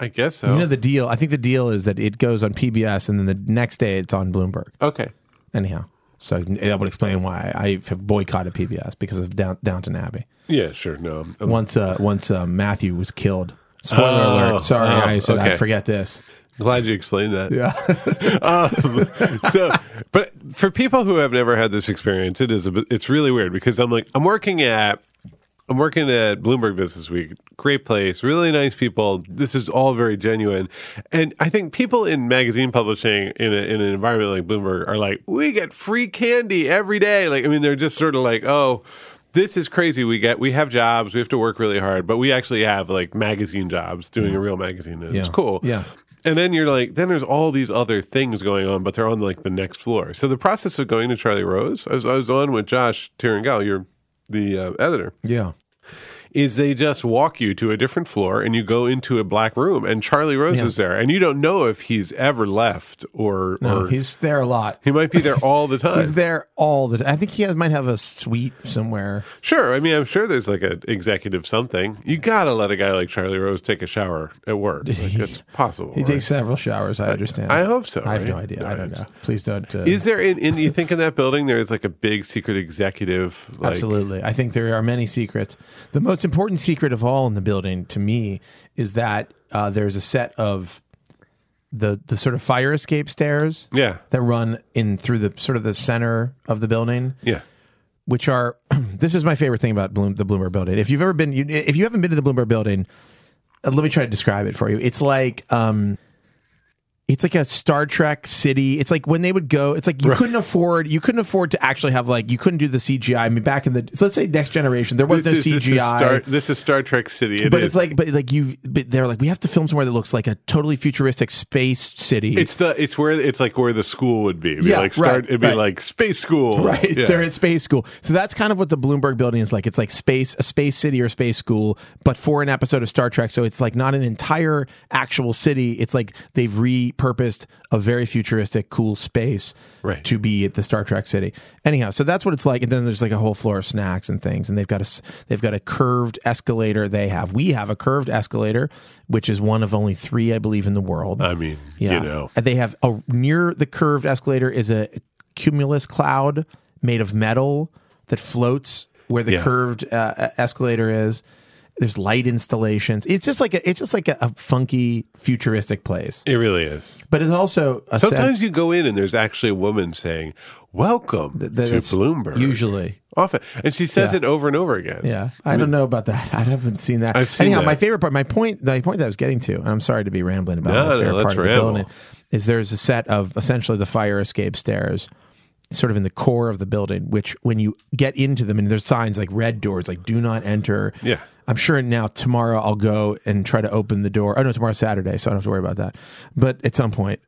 Speaker 2: I guess so.
Speaker 1: You know the deal. I think the deal is that it goes on PBS and then the next day it's on Bloomberg.
Speaker 2: okay.
Speaker 1: Anyhow, so that would explain why I have boycotted PBS because of Down, Downton Abbey.
Speaker 2: Yeah, sure. No, I'm- I'm
Speaker 1: Once, uh, once uh, Matthew was killed. Spoiler
Speaker 2: Oh,
Speaker 1: alert! Sorry,
Speaker 2: oh,
Speaker 1: I said
Speaker 2: okay.
Speaker 1: I forget this.
Speaker 2: glad you explained that.
Speaker 1: Yeah,
Speaker 2: um, so, but for people who have never had this experience, it is a, bit- it's really weird because I'm like I'm working at I'm working at Bloomberg Business Week, great place, really nice people. This is all very genuine, and I think people in magazine publishing in, a, in an environment like Bloomberg are like we get free candy every day. Like I mean, they're just sort of like oh. This is crazy. We get we have jobs. We have to work really hard, but we actually have like magazine jobs doing a real magazine. And It's
Speaker 1: Yeah.
Speaker 2: cool.
Speaker 1: Yeah.
Speaker 2: And then you're like, then there's all these other things going on, but they're on like the next floor. So the process of going to Charlie Rose, I was, I was on with Josh Tirangal, you're the uh, editor,
Speaker 1: yeah.
Speaker 2: is they just walk you to a different floor and you go into a black room and Charlie Rose
Speaker 1: Yeah.
Speaker 2: is there. And you don't know if he's ever left or,
Speaker 1: No,
Speaker 2: or
Speaker 1: he's there a lot.
Speaker 2: he might be there all the time.
Speaker 1: He's there all the. I think he has might have a suite somewhere.
Speaker 2: Sure. I mean, I'm sure there's like an executive something. You got to let a guy like Charlie Rose take a shower at work. Like, it's possible.
Speaker 1: He
Speaker 2: right?
Speaker 1: takes several showers. I understand.
Speaker 2: I hope so,
Speaker 1: I have
Speaker 2: right?
Speaker 1: no idea. I don't
Speaker 2: Right.
Speaker 1: know. Please don't. Uh,
Speaker 2: Is there in, in you think in that building there is like a big secret executive? Like,
Speaker 1: Absolutely. I think there are many secrets. The most important secret of all in the building to me is that uh, there's a set of the the sort of fire escape stairs
Speaker 2: Yeah.
Speaker 1: that run in through the sort of the center of the building
Speaker 2: Yeah.
Speaker 1: which are this is my favorite thing about Bloom, the Bloomberg building. If you've ever been, you, if you haven't been to the Bloomberg building, uh, let me try to describe it for you. It's like, um, it's like a Star Trek city. It's like when they would go, it's like you couldn't afford, you couldn't afford to actually have like, you couldn't do the CGI. I mean, back in the, let's say next generation, there was no
Speaker 2: is, This is,
Speaker 1: CGI.
Speaker 2: Star, this is Star Trek City. It
Speaker 1: but
Speaker 2: is.
Speaker 1: it's like, but like you, but they're like, we have to film somewhere that looks like a totally futuristic space city.
Speaker 2: it's the it's where it's like where the school would be. It'd be
Speaker 1: Yeah,
Speaker 2: like start,
Speaker 1: right,
Speaker 2: it'd be
Speaker 1: right.
Speaker 2: like space school.
Speaker 1: Right, it's
Speaker 2: Yeah.
Speaker 1: they're at space school. So that's kind of what the Bloomberg building is like. It's like space, a space city or space school, but for an episode of Star Trek. So it's like not an entire actual city. It's like they've repurposed a very futuristic, cool space
Speaker 2: Right.
Speaker 1: to be at the Star Trek city. Anyhow, so that's what it's like. And then there's like a whole floor of snacks and things. And they've got a s- they've got a curved escalator. They have we have a curved escalator, which is one of only three, I believe, in the world.
Speaker 2: I mean, you know.
Speaker 1: And they have a near the curved escalator is a cumulus cloud made of metal that floats where the
Speaker 2: Yeah.
Speaker 1: curved uh, escalator is. There's light installations. It's just like a, it's just like a, a funky futuristic place.
Speaker 2: It really is.
Speaker 1: But it's also a
Speaker 2: Sometimes you go in and there's actually a woman saying, "Welcome
Speaker 1: that
Speaker 2: to
Speaker 1: it's
Speaker 2: Bloomberg."
Speaker 1: Usually,
Speaker 2: often, and she says
Speaker 1: Yeah.
Speaker 2: it over and over again.
Speaker 1: yeah. I don't know about that. I haven't seen that.
Speaker 2: I've seen
Speaker 1: Anyhow,
Speaker 2: that.
Speaker 1: my favorite part, my point, the point that I was getting to. and I'm sorry to be rambling about
Speaker 2: No,
Speaker 1: my
Speaker 2: no,
Speaker 1: favorite
Speaker 2: let's
Speaker 1: part of the
Speaker 2: ramble.
Speaker 1: building. Is there's a set of essentially the fire escape stairs sort of in the core of the building, which when you get into them, and there's signs like red doors, like do not enter.
Speaker 2: Yeah.
Speaker 1: I'm sure now tomorrow I'll go and try to open the door. Oh no, tomorrow's Saturday, so I don't have to worry about that. But at some point,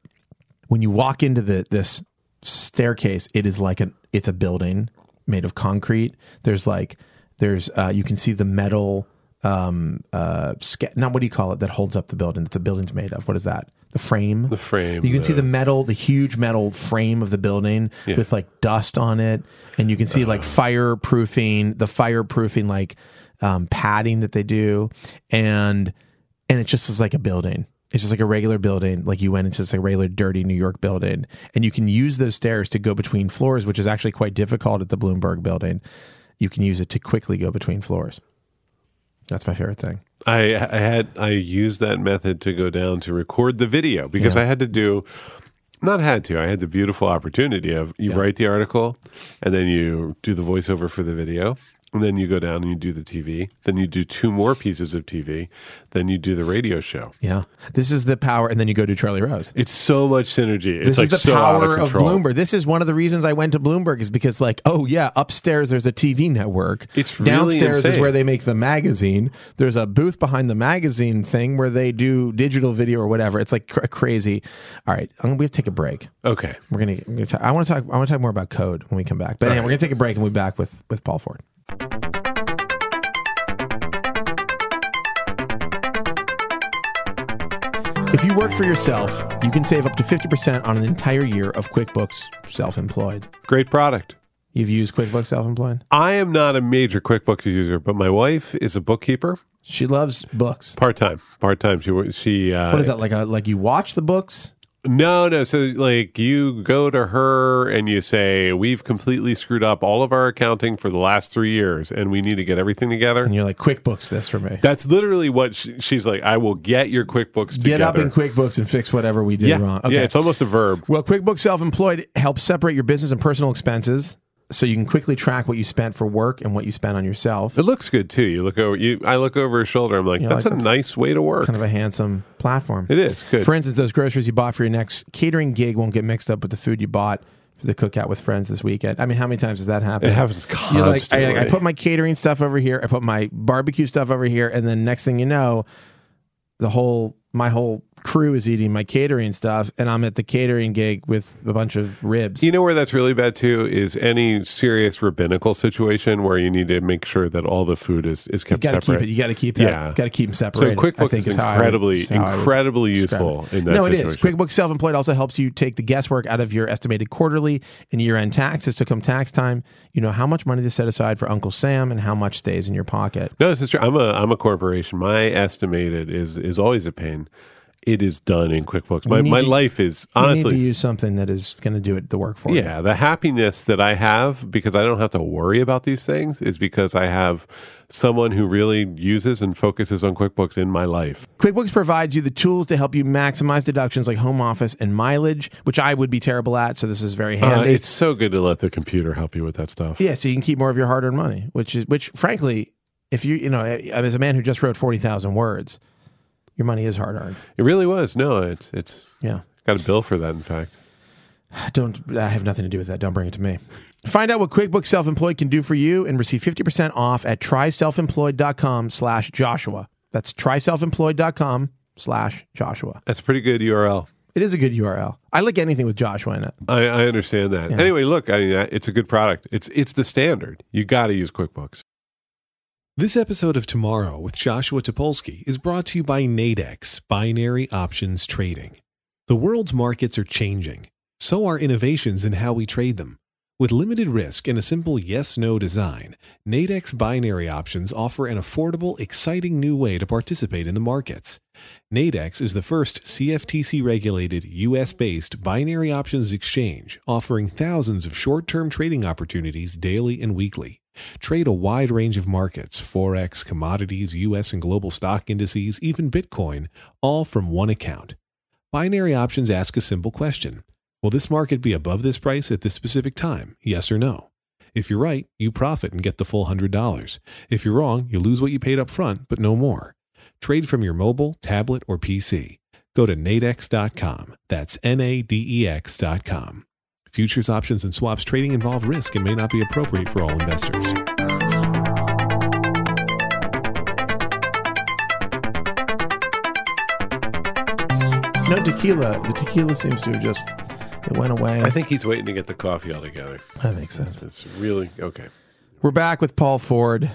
Speaker 1: when you walk into the this staircase, it is like an it's a building made of concrete. There's like there's uh, you can see the metal um uh sca- not what do you call it that holds up the building that the building's made of what is that the frame the
Speaker 2: frame,
Speaker 1: you can see
Speaker 2: the-
Speaker 1: the metal, the huge metal frame of the building with like dust on it, and you can see like fireproofing, the fireproofing like um, padding that they do, and and it just is like a building. It's just like a regular building, like you went into just a regular dirty New York building, and you can use those stairs to go between floors, which is actually quite difficult at the Bloomberg building. You can use it to quickly go between floors. That's my favorite thing.
Speaker 2: I, I had I used that method to go down to record the video because I had to do not had to I had the beautiful opportunity of you write the article and then you do the voiceover for the video And then you go down and you do the TV. Then you do two more pieces of TV. Then you do the radio show.
Speaker 1: Yeah. This is the power. And then you go to Charlie Rose.
Speaker 2: It's so much synergy. It's
Speaker 1: This
Speaker 2: like
Speaker 1: is the
Speaker 2: so out
Speaker 1: power of,
Speaker 2: control.
Speaker 1: Bloomberg. This is one of the reasons I went to Bloomberg is because, like, oh yeah, upstairs there's a TV network.
Speaker 2: It's really
Speaker 1: downstairs is
Speaker 2: insane.
Speaker 1: where they make the magazine. There's a booth behind the magazine thing where they do digital video or whatever. It's like cr- crazy. All right, I'm, we have to take a break.
Speaker 2: Okay.
Speaker 1: We're gonna. We're gonna talk, I want to talk. I want to talk more about code when we come back. But anyway, we're gonna take a break and we'll be back with with Paul Ford. If you work for yourself, you can save up to 50% on an entire year of QuickBooks Self Employed.
Speaker 2: Great product.
Speaker 1: You've used QuickBooks Self Employed?
Speaker 2: I am not a major QuickBooks user, but my wife is a bookkeeper,
Speaker 1: She loves books.
Speaker 2: part time. Part time. She wor- she. Uh,
Speaker 1: What is that like? A, like you watch the books?
Speaker 2: No, no. So, like, you go to her and you say, We've completely screwed up all of our accounting for the last three years and we need to get everything together.
Speaker 1: And you're like, QuickBooks this for me.
Speaker 2: That's literally what she, she's like. I will get your QuickBooks together.
Speaker 1: Get up in QuickBooks and fix whatever we did
Speaker 2: yeah.
Speaker 1: wrong.
Speaker 2: Yeah, it's almost a verb.
Speaker 1: Well, QuickBooks Self Employed helps separate your business and personal expenses so you can quickly track what you spent for work and what you spent on yourself.
Speaker 2: It looks good too. You look over. You, I look over her shoulder. I'm like,
Speaker 1: You're
Speaker 2: that's
Speaker 1: like,
Speaker 2: a
Speaker 1: that's
Speaker 2: nice way to work.
Speaker 1: Kind of a handsome platform.
Speaker 2: it is good.
Speaker 1: For instance, those groceries you bought for your next catering gig won't get mixed up with the food you bought for the cookout with friends this weekend. I mean, how many times does that happen?
Speaker 2: it happens
Speaker 1: You're
Speaker 2: constantly.
Speaker 1: like, I, I put my catering stuff over here, I put my barbecue stuff over here, and then next thing you know, the whole my whole crew is eating my catering stuff, and I'm at the catering gig with a bunch of ribs.
Speaker 2: You know where that's really bad too is any serious rabbinical situation where you need to make sure that all the food is is
Speaker 1: You
Speaker 2: kept
Speaker 1: got to
Speaker 2: separate.
Speaker 1: keep it. You got to keep that.
Speaker 2: Yeah.
Speaker 1: Got to keep them
Speaker 2: so
Speaker 1: separated. I
Speaker 2: QuickBooks
Speaker 1: think
Speaker 2: is
Speaker 1: how I would-
Speaker 2: incredibly,
Speaker 1: how I would
Speaker 2: incredibly
Speaker 1: describe it.
Speaker 2: useful in that
Speaker 1: no, it
Speaker 2: situation.
Speaker 1: is. QuickBooks Self-Employed also helps you take the guesswork out of your estimated quarterly and year-end taxes. So come tax time, you know how much money to set aside for Uncle Sam and how much stays in your pocket.
Speaker 2: No, this is true. I'm a I'm a corporation. My estimated is is always a pain. It is done in QuickBooks. My
Speaker 1: need
Speaker 2: my
Speaker 1: to-
Speaker 2: life is
Speaker 1: you need to
Speaker 2: honestly
Speaker 1: use something that is going to do it the work for you.
Speaker 2: yeah, the happiness that I have because I don't have to worry about these things is because I have someone who really uses and focuses on QuickBooks in my life.
Speaker 1: QuickBooks provides you the tools to help you maximize deductions like home office and mileage, which I would be terrible at. So this is very
Speaker 2: Uh,
Speaker 1: handy.
Speaker 2: it's so good to let the computer help you with that stuff.
Speaker 1: Yeah, so you can keep more of your hard-earned money, which is which frankly, if you you know, I- I- as a man who just wrote forty thousand words, your money is hard-earned.
Speaker 2: It really was. No, it's it's
Speaker 1: Yeah,
Speaker 2: got a bill for that. In fact,
Speaker 1: don't I have nothing to do with that. Don't bring it to me. Find out what QuickBooks Self-Employed can do for you and receive fifty percent off at tryselfemployed.com slash Joshua. That's tryselfemployed.com slash Joshua.
Speaker 2: that's a pretty good URL.
Speaker 1: It is a good URL. I like anything with Joshua in it.
Speaker 2: I, I understand that. Anyway, look, I, I- it's a good product. It's it's the standard. You got to use QuickBooks.
Speaker 3: This episode of Tomorrow with Joshua Topolsky is brought to you by Nadex Binary Options Trading. The world's markets are changing, so are innovations in how we trade them. With limited risk and a simple yes no design, Nadex Binary Options offer an affordable, exciting new way to participate in the markets. Nadex is the first CFTC regulated, US based binary options exchange offering thousands of short term trading opportunities daily and weekly. Trade a wide range of markets Forex, commodities, US and global stock indices, even Bitcoin, all from one account. Binary options ask a simple question Will this market be above this price at this specific time? Yes or no? If you're right, you profit and get the full $100. If you're wrong, you lose what you paid up front, but no more. Trade from your mobile, tablet, or PC. Go to nadex.com. That's N A D E X.com. Futures, options, and swaps trading involve risk and may not be appropriate for all investors.
Speaker 1: No tequila. The tequila seems to have just it went away.
Speaker 2: I think he's waiting to get the coffee altogether.
Speaker 1: that makes sense.
Speaker 2: It's really okay.
Speaker 1: We're back with Paul Ford.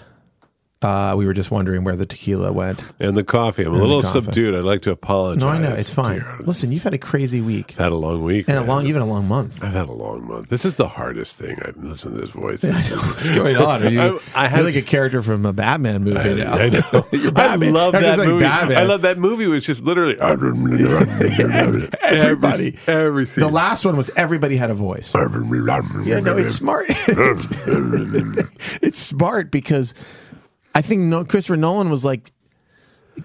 Speaker 1: Uh, we were just wondering where the tequila went.
Speaker 2: And the coffee. I'm a
Speaker 1: the
Speaker 2: little
Speaker 1: coffee.
Speaker 2: subdued. I'd like to apologize.
Speaker 1: No, I know it's fine.
Speaker 2: Dear.
Speaker 1: Listen, you've had a crazy week
Speaker 2: I've had a long week.
Speaker 1: and a
Speaker 2: man.
Speaker 1: long, even a long month.
Speaker 2: I've had a long month. This is the hardest thing. I've listened to this voice.
Speaker 1: What's going on? Are you,
Speaker 2: I- I
Speaker 1: you're
Speaker 2: have-
Speaker 1: like a character from a Batman movie.
Speaker 2: I,
Speaker 1: now.
Speaker 2: I know. I
Speaker 1: Batman.
Speaker 2: love
Speaker 1: That is
Speaker 2: that
Speaker 1: like
Speaker 2: movie.
Speaker 1: Batman.
Speaker 2: I love that movie. Was just literally
Speaker 1: Everybody.
Speaker 2: Every, every scene.
Speaker 1: the last one was everybody had a voice. Yeah, no, it's smart. it's smart because I think no, Christopher Nolan was like,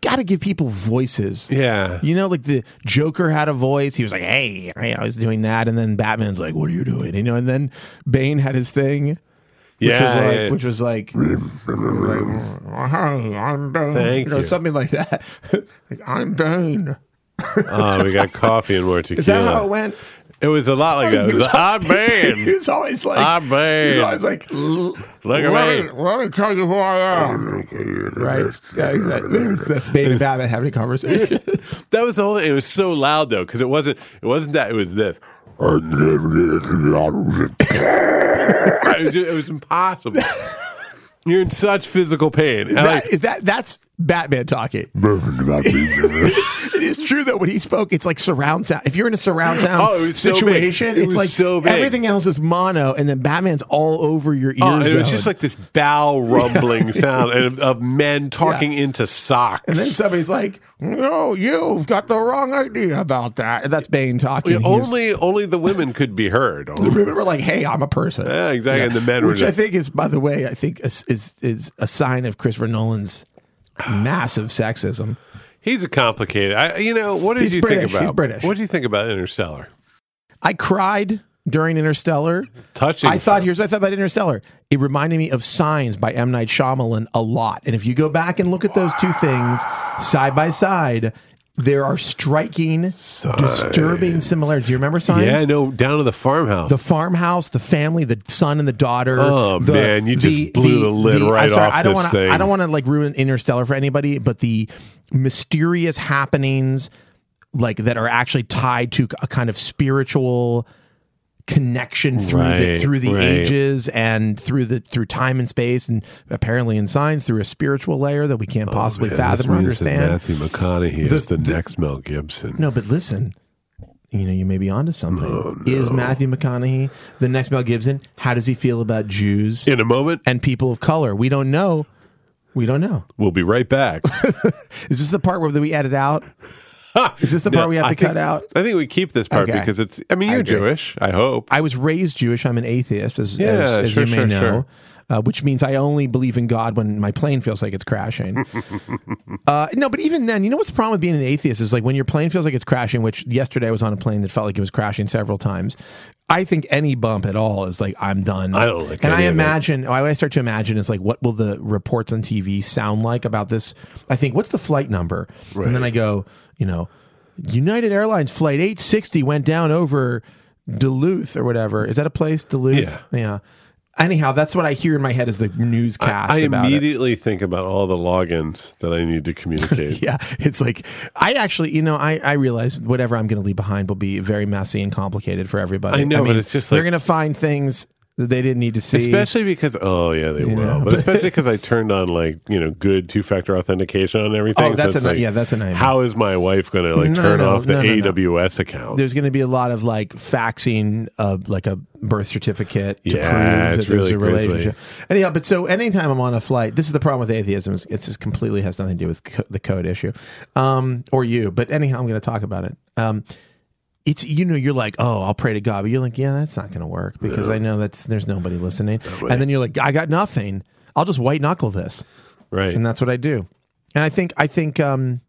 Speaker 1: got to give people voices.
Speaker 2: yeah.
Speaker 1: You know, like the Joker had a voice. He was like, "Hey," you know, he's doing that, and then Batman's like, "What are you doing?" You know, and then Bane had his thing. which was
Speaker 2: Yeah,
Speaker 1: like,
Speaker 2: yeah.
Speaker 1: which was like, it was like, "Hey, I'm Bane,"
Speaker 2: Thank
Speaker 1: you know,
Speaker 2: you.
Speaker 1: something like that. like, I'm Bane.
Speaker 2: Oh, we got coffee and more tequila.
Speaker 1: Is that how it went?
Speaker 2: It was a lot like that. It was, ah, man.
Speaker 1: he was always like,
Speaker 2: I'm Bane.
Speaker 1: He was always like, "L-
Speaker 2: Look at
Speaker 1: let
Speaker 2: me.
Speaker 1: let me tell you who I am. Right? Yeah, exactly. There's- That's Bane and Batman having a conversation.
Speaker 2: That was the whole. It was so loud though, because it wasn't. It wasn't that. It was this. it, was just- it was impossible. You're in such physical pain. And
Speaker 1: Is that,
Speaker 2: like,
Speaker 1: is that that's Batman talking? It's, it is true though. When he spoke, it's like surround sound. If you're in a surround sound
Speaker 2: Oh, it was so big.
Speaker 1: situation,
Speaker 2: It
Speaker 1: it's
Speaker 2: was
Speaker 1: like
Speaker 2: so big.
Speaker 1: everything else is mono, and then Batman's all over your ears.
Speaker 2: oh, and it was just like this bow rumbling sound and of men talking into socks.
Speaker 1: And then somebody's like, "No, you've got the wrong idea about that." And that's Bane talking.
Speaker 2: Yeah,
Speaker 1: He's-
Speaker 2: only only the women could be heard.
Speaker 1: the women were like, "Hey, I'm a person."
Speaker 2: Yeah, exactly. And the men
Speaker 1: Which
Speaker 2: were
Speaker 1: I
Speaker 2: just,
Speaker 1: think is, by the way, I think is is, is a sign of Christopher Nolan's massive sexism.
Speaker 2: he's a complicated. I, you know, what did
Speaker 1: He's
Speaker 2: you
Speaker 1: British.
Speaker 2: think about?
Speaker 1: He's British.
Speaker 2: What did you think about Interstellar?
Speaker 1: I cried during Interstellar.
Speaker 2: Touching.
Speaker 1: I thought here's what I thought about Interstellar. It reminded me of Signs by M Night Shyamalan a lot. And if you go back and look at those two things side by side, there are striking, disturbing similarities. Do you remember Signs?
Speaker 2: Yeah, no, down to the farmhouse.
Speaker 1: the farmhouse, the family, the son and the daughter.
Speaker 2: Oh,
Speaker 1: the,
Speaker 2: man, you just blew the lid
Speaker 1: I'm
Speaker 2: right off
Speaker 1: I don't
Speaker 2: this
Speaker 1: wanna,
Speaker 2: thing.
Speaker 1: I don't want to like ruin Interstellar for anybody, but the mysterious happenings like that are actually tied to a kind of spiritual connection through the,
Speaker 2: Right,
Speaker 1: through the
Speaker 2: right.
Speaker 1: ages and through the through time and space and apparently in signs through a spiritual layer that we can't possibly
Speaker 2: Yeah, Oh, this
Speaker 1: fathom or
Speaker 2: means that
Speaker 1: understand.
Speaker 2: Matthew McConaughey
Speaker 1: The-
Speaker 2: is the,
Speaker 1: the-
Speaker 2: next Mel Gibson.
Speaker 1: No, but listen, you know, you may be onto something. Is Matthew McConaughey the next Mel Gibson? How does he feel about Jews
Speaker 2: In a moment,
Speaker 1: and people of color? We don't know. We don't know.
Speaker 2: we'll be right back.
Speaker 1: Is this the part where we edit out? Is this the
Speaker 2: No,
Speaker 1: part we have
Speaker 2: I
Speaker 1: to
Speaker 2: think-
Speaker 1: cut out?
Speaker 2: I think we keep this part
Speaker 1: Okay.
Speaker 2: because it's. I mean, you're
Speaker 1: agree.
Speaker 2: Jewish. I hope.
Speaker 1: I was raised Jewish. I'm an atheist, as,
Speaker 2: Yeah,
Speaker 1: as, as
Speaker 2: sure,
Speaker 1: you may
Speaker 2: sure,
Speaker 1: know,
Speaker 2: sure.
Speaker 1: uh, which means I only believe in God when my plane feels like it's crashing. uh, no, but even then, you know what's the problem with being an atheist is like when your plane feels like it's crashing, which yesterday I was on a plane that felt like it was crashing several times. I think any bump at all is like, I'm done.
Speaker 2: I don't like
Speaker 1: And I
Speaker 2: any of it.
Speaker 1: imagine, what I start to imagine is like, what will the reports on TV sound like about this? I think, what's the flight number? And then I go, you know, United Airlines flight 860 went down over Duluth or whatever. Is that a place? Duluth? Yeah. Anyhow, that's what I hear in my head is the newscast.
Speaker 2: I
Speaker 1: about it.
Speaker 2: immediately think about all the logins that I need to communicate.
Speaker 1: Yeah, it's like I actually, you know, I I realize whatever I'm going to leave behind will be very messy and complicated for everybody.
Speaker 2: I know, but it's just
Speaker 1: they're
Speaker 2: like-
Speaker 1: going to find things that they didn't need to see.
Speaker 2: Especially because, oh yeah, they will.
Speaker 1: know,
Speaker 2: but,
Speaker 1: but-
Speaker 2: especially because I turned on like you know good two factor authentication on everything.
Speaker 1: Oh, that's
Speaker 2: it's
Speaker 1: a ni-
Speaker 2: like,
Speaker 1: yeah, that's a nightmare.
Speaker 2: How is my wife going to like
Speaker 1: No,
Speaker 2: turn
Speaker 1: no,
Speaker 2: off the
Speaker 1: no, no, no.
Speaker 2: AWS account?
Speaker 1: there's going to be a lot of like faxing of like a birth certificate to
Speaker 2: Yeah,
Speaker 1: prove
Speaker 2: it's
Speaker 1: that there's
Speaker 2: really
Speaker 1: a
Speaker 2: grisly.
Speaker 1: relationship. Anyhow, but so anytime I'm on a flight, this is the problem with atheism. Is it's just completely has nothing to do with co- the code issue, um, or you. But anyhow, I'm going to talk about it. Um, it's you know you're like oh I'll pray to God, but you're like yeah that's not going to work because I know that's there's nobody listening, and then you're like I got nothing. I'll just white knuckle this
Speaker 2: right.
Speaker 1: and that's what I do. And I think I think um,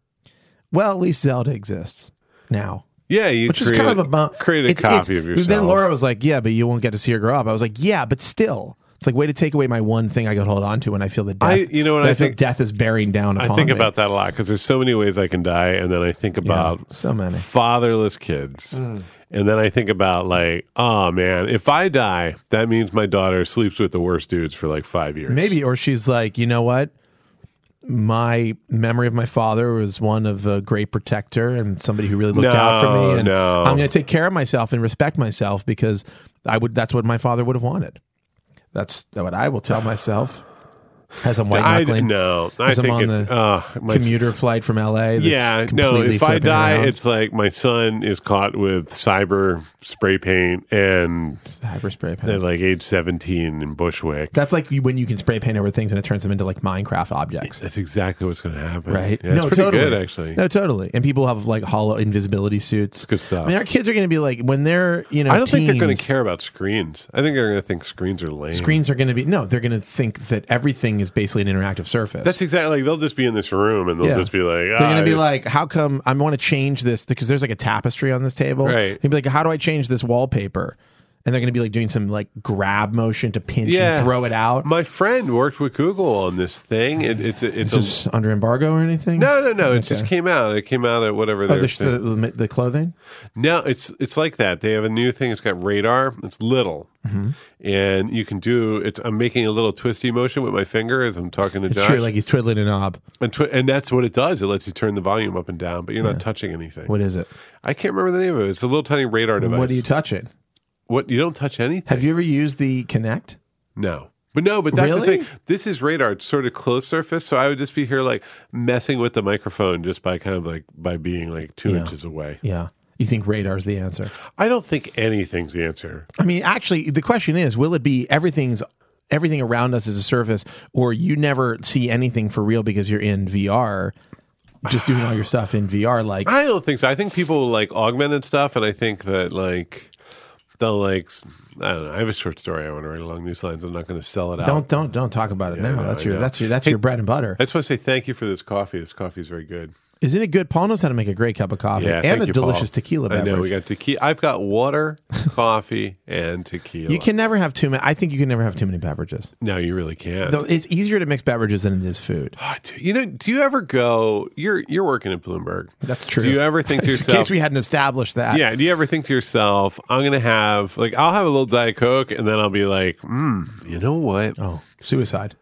Speaker 1: well, at least Zelda exists now,
Speaker 2: yeah, you
Speaker 1: which is
Speaker 2: create
Speaker 1: kind of a bump.
Speaker 2: Create a
Speaker 1: It's-
Speaker 2: copy
Speaker 1: it's-
Speaker 2: of yourself.
Speaker 1: Then Laura was like, "Yeah, but you won't get to see her grow up." I was like, "Yeah, but still." It's like way to take away my one thing I could hold on to when I feel that death.
Speaker 2: I- you know what
Speaker 1: when
Speaker 2: I
Speaker 1: I, feel
Speaker 2: think-
Speaker 1: death is bearing down upon
Speaker 2: I think
Speaker 1: me.
Speaker 2: about that a lot because there's so many ways I can die, and then I think
Speaker 1: Yeah,
Speaker 2: about
Speaker 1: so many.
Speaker 2: fatherless kids. And then I think about like, oh man, if I die, that means my daughter sleeps with the worst dudes for like five years.
Speaker 1: Maybe, or she's like, you know what? My memory of my father was one of a great protector and somebody who really looked out for
Speaker 2: No,
Speaker 1: me. And
Speaker 2: no.
Speaker 1: I'm going to take care of myself and respect myself because I would. That's what my father would have wanted. That's what I will tell myself as I'm white
Speaker 2: I
Speaker 1: knuckling
Speaker 2: no, I
Speaker 1: As I'm
Speaker 2: think
Speaker 1: on
Speaker 2: it's
Speaker 1: the
Speaker 2: uh, my
Speaker 1: commuter flight from L.A. That's
Speaker 2: yeah, no.
Speaker 1: completely
Speaker 2: If I
Speaker 1: flipping
Speaker 2: die,
Speaker 1: around.
Speaker 2: it's like my son is caught with cyber spray paint, and
Speaker 1: Hyper spray paint.
Speaker 2: at like age seventeen in Bushwick.
Speaker 1: That's like you- when you can spray paint over things and it turns them into like Minecraft objects.
Speaker 2: That's exactly what's going to happen,
Speaker 1: right?
Speaker 2: Yeah, no, it's pretty good actually.
Speaker 1: No, totally. And people have like hollow invisibility suits.
Speaker 2: good stuff.
Speaker 1: I mean, our kids are going to be like when they're you know.
Speaker 2: I don't think they're going to
Speaker 1: teens,
Speaker 2: care about screens. I think they're going to think screens are lame.
Speaker 1: Screens are going to be no. They're going to think that everything is basically an interactive surface.
Speaker 2: That's exactly like they'll just be in this room and they'll
Speaker 1: Yeah.
Speaker 2: just be like,
Speaker 1: they're going
Speaker 2: "Ah,
Speaker 1: to be like, how come I want to change this because there's like a tapestry on this table?
Speaker 2: Right.
Speaker 1: They'd be like, how do I change this wallpaper? and they're going to be like doing some like grab motion to pinch
Speaker 2: Yeah.
Speaker 1: and throw it out.
Speaker 2: My friend worked with Google on this thing. It, it's a,
Speaker 1: Is
Speaker 2: it's
Speaker 1: this is under embargo or anything?
Speaker 2: a, no, no, no. It just came out. It came out at whatever.
Speaker 1: Oh,
Speaker 2: their
Speaker 1: the, sh-
Speaker 2: thing-
Speaker 1: the, the, the clothing?
Speaker 2: No, it's it's like that. They have a new thing. It's got radar. It's little,
Speaker 1: Mm-hmm.
Speaker 2: and you can do. It's, I'm making a little twisty motion with my finger as I'm talking to
Speaker 1: It's
Speaker 2: Josh,
Speaker 1: true. Like he's twiddling a knob.
Speaker 2: and, twi- and that's what it does. It lets you turn the volume up and down, but you're not touching anything.
Speaker 1: What is it?
Speaker 2: I can't remember the name of it. It's a little tiny radar device.
Speaker 1: What do you touch it?
Speaker 2: what you don't touch anything.
Speaker 1: Have you ever used the Connect?
Speaker 2: No. But no, but that's
Speaker 1: Really?
Speaker 2: the thing. This is radar. It's sort of closed surface. So I would just be here like messing with the microphone just by kind of like by being like two inches away.
Speaker 1: Yeah. You think radar's the answer?
Speaker 2: I don't think anything's the answer.
Speaker 1: I mean, actually, the question is, will it be everything's everything around us is a surface, or you never see anything for real because you're in VR, just doing all your stuff in VR? Like,
Speaker 2: I don't think so. I think people like augmented stuff, and I think that like they'll like s- I don't know. I have a short story I want to write along these lines. I'm not going to sell it out.
Speaker 1: don't don't don't talk about it now.
Speaker 2: I
Speaker 1: That's your
Speaker 2: know.
Speaker 1: that's your that's your bread and butter.
Speaker 2: I just want to say thank you for this coffee. This coffee is very good.
Speaker 1: Isn't it good? Paul knows how to make a great cup of coffee
Speaker 2: Yeah,
Speaker 1: and
Speaker 2: thank
Speaker 1: a
Speaker 2: you, Paul.
Speaker 1: delicious tequila
Speaker 2: I
Speaker 1: beverage.
Speaker 2: know we got tequila. I've got water, coffee, and tequila.
Speaker 1: you can never have too many. I think you can never have too many beverages.
Speaker 2: no, you really can.
Speaker 1: Though it's easier to mix beverages than it is food.
Speaker 2: Ah, do- You know, do you ever go? You're you're working at Bloomberg.
Speaker 1: That's true.
Speaker 2: Do you ever think to
Speaker 1: In case
Speaker 2: yourself?
Speaker 1: we hadn't established that,
Speaker 2: yeah. Do you ever think to yourself, I'm gonna have like I'll have a little diet coke, and then I'll be like, hmm, you know what?
Speaker 1: Oh, suicide.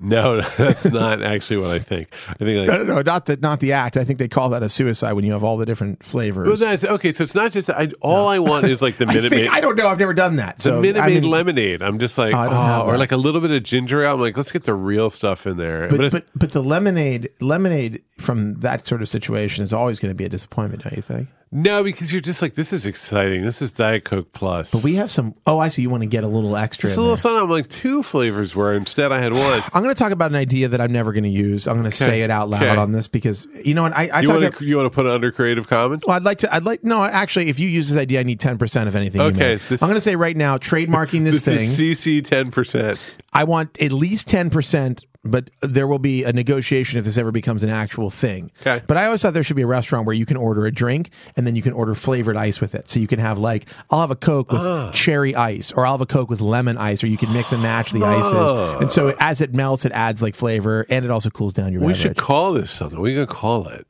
Speaker 2: No, that's not actually what I think. I think
Speaker 1: No,
Speaker 2: like.
Speaker 1: no, no, not the not the act. I think they call that a suicide when you have all the different
Speaker 2: Well,
Speaker 1: flavors.
Speaker 2: that's okay. So it's not just I, all I want is like the
Speaker 1: I,
Speaker 2: Minute
Speaker 1: think-
Speaker 2: Maid,
Speaker 1: I don't know. I've never done that.
Speaker 2: the
Speaker 1: So
Speaker 2: Minute
Speaker 1: I
Speaker 2: Maid
Speaker 1: mean,
Speaker 2: lemonade. I'm just like,
Speaker 1: I don't have
Speaker 2: oh, or
Speaker 1: that.
Speaker 2: like a little bit of ginger ale. I'm like, let's get the real stuff in there. I'm gonna-
Speaker 1: But, but but the lemonade lemonade from that sort of situation is always going to be a disappointment, don't you think?
Speaker 2: no, because you're just like, this is exciting. This is Diet Coke Plus. But
Speaker 1: We have some. Oh, I see. You want to get a little extra.
Speaker 2: it's
Speaker 1: in
Speaker 2: a little
Speaker 1: there.
Speaker 2: something. I'm like two flavors where instead I had one.
Speaker 1: I'm going to talk about an idea that I'm never going to use. I'm going to say it out loud
Speaker 2: Okay.
Speaker 1: on this because you know what I, I talked.
Speaker 2: You want
Speaker 1: About,
Speaker 2: to you want to put it under Creative Commons?
Speaker 1: well, I'd like to. I'd like no. Actually, if you use this idea, I need ten percent of anything. you
Speaker 2: Okay,
Speaker 1: make.
Speaker 2: this-
Speaker 1: I'm going to say right now, trademarking this,
Speaker 2: This
Speaker 1: thing.
Speaker 2: is CC ten percent.
Speaker 1: I want at least 10%, but there will be a negotiation if this ever becomes an actual thing.
Speaker 2: Okay.
Speaker 1: But I always thought there should be a restaurant where you can order a drink and then you can order flavored ice with it. So you can have like, I'll have a Coke with
Speaker 2: Ah.
Speaker 1: cherry ice or I'll have a Coke with lemon ice or you can mix and match the
Speaker 2: Ah.
Speaker 1: ices. And so as it melts, it adds like flavor and it also cools down your
Speaker 2: We should
Speaker 1: beverage.
Speaker 2: call this something. We can call it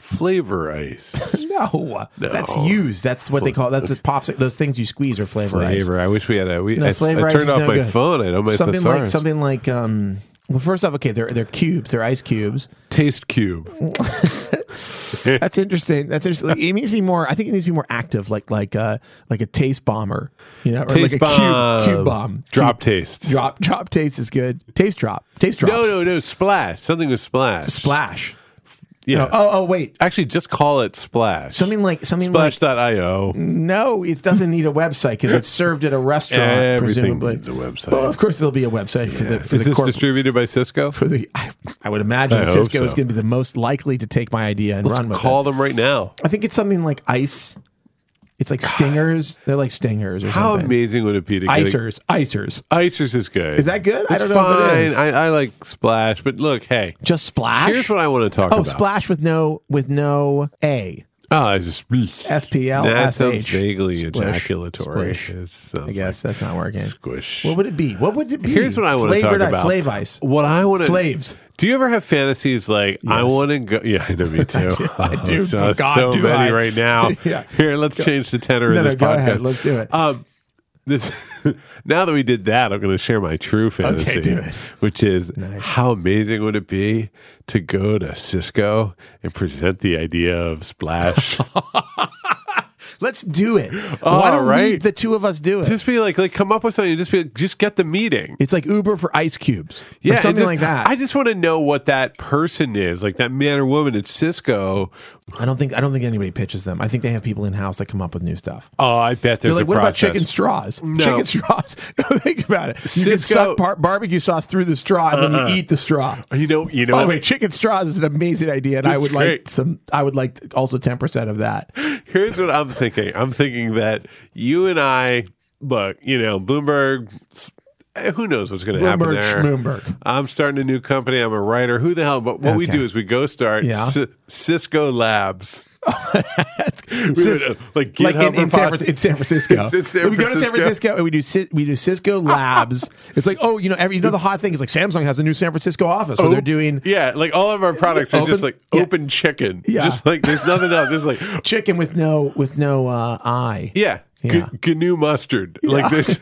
Speaker 2: flavor ice.
Speaker 1: No, that's used. That's what they call. That's the pops. Those things you squeeze are flavor, ice.
Speaker 2: Flavor. I wish we had that. We, I, I
Speaker 1: flavor ice
Speaker 2: turned
Speaker 1: is
Speaker 2: off
Speaker 1: no
Speaker 2: my
Speaker 1: good.
Speaker 2: phone. I don't my
Speaker 1: something like
Speaker 2: thesaurus.
Speaker 1: something like. um Well, first off, okay, they're they're cubes. They're ice cubes.
Speaker 2: Taste cube.
Speaker 1: That's interesting. That's interesting. Like, it needs to be more. I think it needs to be more active, like like uh like a taste bomber, you know, or like
Speaker 2: Taste
Speaker 1: a
Speaker 2: bomb.
Speaker 1: cube, cube bomb.
Speaker 2: Drop
Speaker 1: Cube-
Speaker 2: taste.
Speaker 1: drop drop taste is good. Taste drop. Taste drops.
Speaker 2: No, no, no. Splash. Something with splash.
Speaker 1: Splash.
Speaker 2: yeah.
Speaker 1: No. Oh oh wait.
Speaker 2: Actually, just call it splash.
Speaker 1: Something like Mm, something like
Speaker 2: Splash.io.
Speaker 1: no, it doesn't need a website because it's served at a restaurant,
Speaker 2: Everything
Speaker 1: presumably.
Speaker 2: needs a website.
Speaker 1: Well, of course there'll be a website for the for
Speaker 2: Is
Speaker 1: the
Speaker 2: this
Speaker 1: corporate.
Speaker 2: distributed by Cisco?
Speaker 1: for the, I, I would imagine
Speaker 2: I
Speaker 1: that
Speaker 2: hope
Speaker 1: Cisco is
Speaker 2: so.
Speaker 1: going to be the most likely to take my idea and run with
Speaker 2: Call
Speaker 1: it.
Speaker 2: them right now.
Speaker 1: I think it's something like ice. It's like stingers. They're like stingers or
Speaker 2: How
Speaker 1: something.
Speaker 2: amazing would it be to get a-
Speaker 1: Icers, icers.
Speaker 2: Icers is good.
Speaker 1: Is that good? I
Speaker 2: It's
Speaker 1: don't know if it
Speaker 2: fine.
Speaker 1: is.
Speaker 2: I, I like splash, but look, hey,
Speaker 1: Just splash.
Speaker 2: here's what I want to talk
Speaker 1: oh,
Speaker 2: about.
Speaker 1: splash with no with no a.
Speaker 2: Oh, I just
Speaker 1: SPL,
Speaker 2: That sounds
Speaker 1: SH.
Speaker 2: vaguely
Speaker 1: Splish.
Speaker 2: ejaculatory.
Speaker 1: Splish.
Speaker 2: It sounds
Speaker 1: I guess that's not working.
Speaker 2: like squish.
Speaker 1: What would it be? What would it be?
Speaker 2: Here's what I want to talk
Speaker 1: Flavored ice-
Speaker 2: about.
Speaker 1: Flav ice.
Speaker 2: What I want to
Speaker 1: Flaves.
Speaker 2: Do you ever have fantasies like I
Speaker 1: Yes.
Speaker 2: want to go? Yeah, I know me too. I do.
Speaker 1: do.
Speaker 2: So,
Speaker 1: God,
Speaker 2: so
Speaker 1: do
Speaker 2: many
Speaker 1: I.
Speaker 2: right now.
Speaker 1: Yeah.
Speaker 2: Here, let's change the tenor
Speaker 1: No,
Speaker 2: of
Speaker 1: no,
Speaker 2: this
Speaker 1: go
Speaker 2: podcast.
Speaker 1: ahead. Let's do it.
Speaker 2: Um, this now that we did that, I'm going to share my true fantasy,
Speaker 1: do it.
Speaker 2: which is how amazing would it be to go to Cisco and present the idea of Splash?
Speaker 1: Let's do it. Why don't we,
Speaker 2: right.
Speaker 1: the two of us do it?
Speaker 2: just be like, like come up with something. Just be, like, just get the meeting.
Speaker 1: it's like Uber for ice cubes. or
Speaker 2: and
Speaker 1: something
Speaker 2: just-
Speaker 1: like that.
Speaker 2: I just want to know what that person is, like that man or woman at Cisco.
Speaker 1: I don't think I don't think anybody pitches them. I think they have people in house that come up with new stuff.
Speaker 2: Oh, I bet
Speaker 1: They're
Speaker 2: there's
Speaker 1: like,
Speaker 2: a
Speaker 1: what
Speaker 2: process.
Speaker 1: about chicken straws? Chicken straws. think about it. You can
Speaker 2: Cisco- Uh-uh.
Speaker 1: suck bar- barbecue sauce through the straw and then you eat the straw.
Speaker 2: You know, you know.
Speaker 1: By the way, chicken straws is an amazing idea, and I
Speaker 2: It's
Speaker 1: would like
Speaker 2: great.
Speaker 1: some. I would like also ten percent of that.
Speaker 2: here's what I'm thinking. I'm thinking that you and I look. You know, Bloomberg. s- eh, Who knows what's going to happen
Speaker 1: Bloomberg,
Speaker 2: there?
Speaker 1: Schmoomberg.
Speaker 2: I'm starting a new company. I'm a writer. Who the hell? But what we
Speaker 1: Okay.
Speaker 2: do is we go start
Speaker 1: Yeah.
Speaker 2: Ci- Cisco Labs. We would, uh, like GitHub
Speaker 1: like in, in, San,
Speaker 2: or Posse.
Speaker 1: Fran- in San Francisco.
Speaker 2: It's in San
Speaker 1: we go to San
Speaker 2: Francisco.
Speaker 1: Francisco and we do Cis- we do Cisco Labs. it's like oh, you know, every, you know the hot thing is like Samsung has a new San Francisco office where they're doing
Speaker 2: Oh. yeah, like all of our products are
Speaker 1: Open-
Speaker 2: just like
Speaker 1: yeah.
Speaker 2: open chicken.
Speaker 1: Yeah.
Speaker 2: Just like there's nothing else. Just like
Speaker 1: chicken with no with no uh, eye.
Speaker 2: yeah, g-
Speaker 1: Yeah.
Speaker 2: GNU mustard. Like this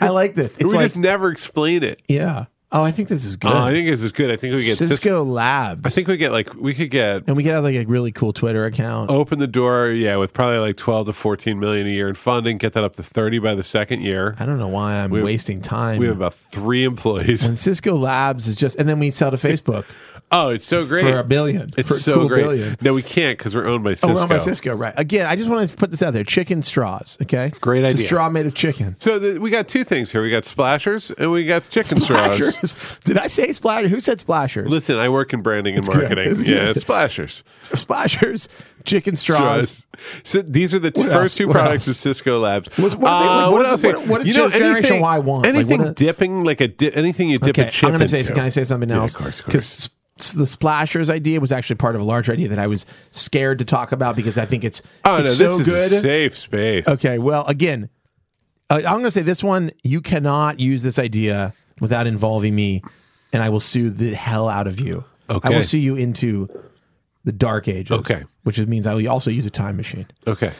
Speaker 1: I like this. It's
Speaker 2: we
Speaker 1: like
Speaker 2: just never explain it.
Speaker 1: yeah. Oh, I think this is good.
Speaker 2: Oh, I think this is good. I think we get Cisco.
Speaker 1: Cisco Labs.
Speaker 2: I think we get like we could get
Speaker 1: and we could have like a really cool Twitter account.
Speaker 2: open the door, yeah, with probably like twelve to fourteen million a year in funding, get that up to thirty by the second year.
Speaker 1: I don't know why I'm
Speaker 2: have-
Speaker 1: wasting time.
Speaker 2: We have about three employees.
Speaker 1: and Cisco Labs is just, and then we sell to Facebook
Speaker 2: Oh, it's so great.
Speaker 1: for a billion.
Speaker 2: It's
Speaker 1: for a
Speaker 2: so
Speaker 1: cool
Speaker 2: great.
Speaker 1: Billion.
Speaker 2: No, we can't because we're owned by Cisco.
Speaker 1: Oh, well, by Cisco, right? Again, I just want to put this out there: chicken straws. Okay,
Speaker 2: Great
Speaker 1: It's a
Speaker 2: idea.
Speaker 1: straw made of chicken.
Speaker 2: So the, we got two things here. We got splashers and we got chicken straws.
Speaker 1: Splashers. Did I say splashers? Who said splashers?
Speaker 2: Listen, I work in branding and
Speaker 1: It's good.
Speaker 2: marketing.
Speaker 1: It's
Speaker 2: yeah,
Speaker 1: good.
Speaker 2: it's splashers.
Speaker 1: Splashers. Chicken straws.
Speaker 2: So these are the
Speaker 1: What
Speaker 2: first
Speaker 1: else?
Speaker 2: two
Speaker 1: What
Speaker 2: products
Speaker 1: else?
Speaker 2: of Cisco Labs.
Speaker 1: What's- what are they- like,
Speaker 2: Uh,
Speaker 1: what is-
Speaker 2: we-
Speaker 1: what- what does
Speaker 2: you know,
Speaker 1: Generation
Speaker 2: anything-
Speaker 1: Y want? Like,
Speaker 2: Anything
Speaker 1: what a-
Speaker 2: dipping like a dip, anything you dip
Speaker 1: Okay,
Speaker 2: a chip
Speaker 1: I'm gonna say
Speaker 2: into.
Speaker 1: can I say something
Speaker 2: Yeah, of
Speaker 1: else?
Speaker 2: course, of course.
Speaker 1: Because the splashers idea was actually part of a larger idea that I was scared to talk about because I think it's
Speaker 2: Oh no,
Speaker 1: it's
Speaker 2: this
Speaker 1: so
Speaker 2: is
Speaker 1: good.
Speaker 2: a safe space.
Speaker 1: Okay, well, again, uh, I'm going to say this one you cannot use this idea without involving me, and I will sue the hell out of you. I
Speaker 2: Okay.
Speaker 1: will sue you into the dark ages.
Speaker 2: Okay.
Speaker 1: Which means I will also use a time machine.
Speaker 2: Okay.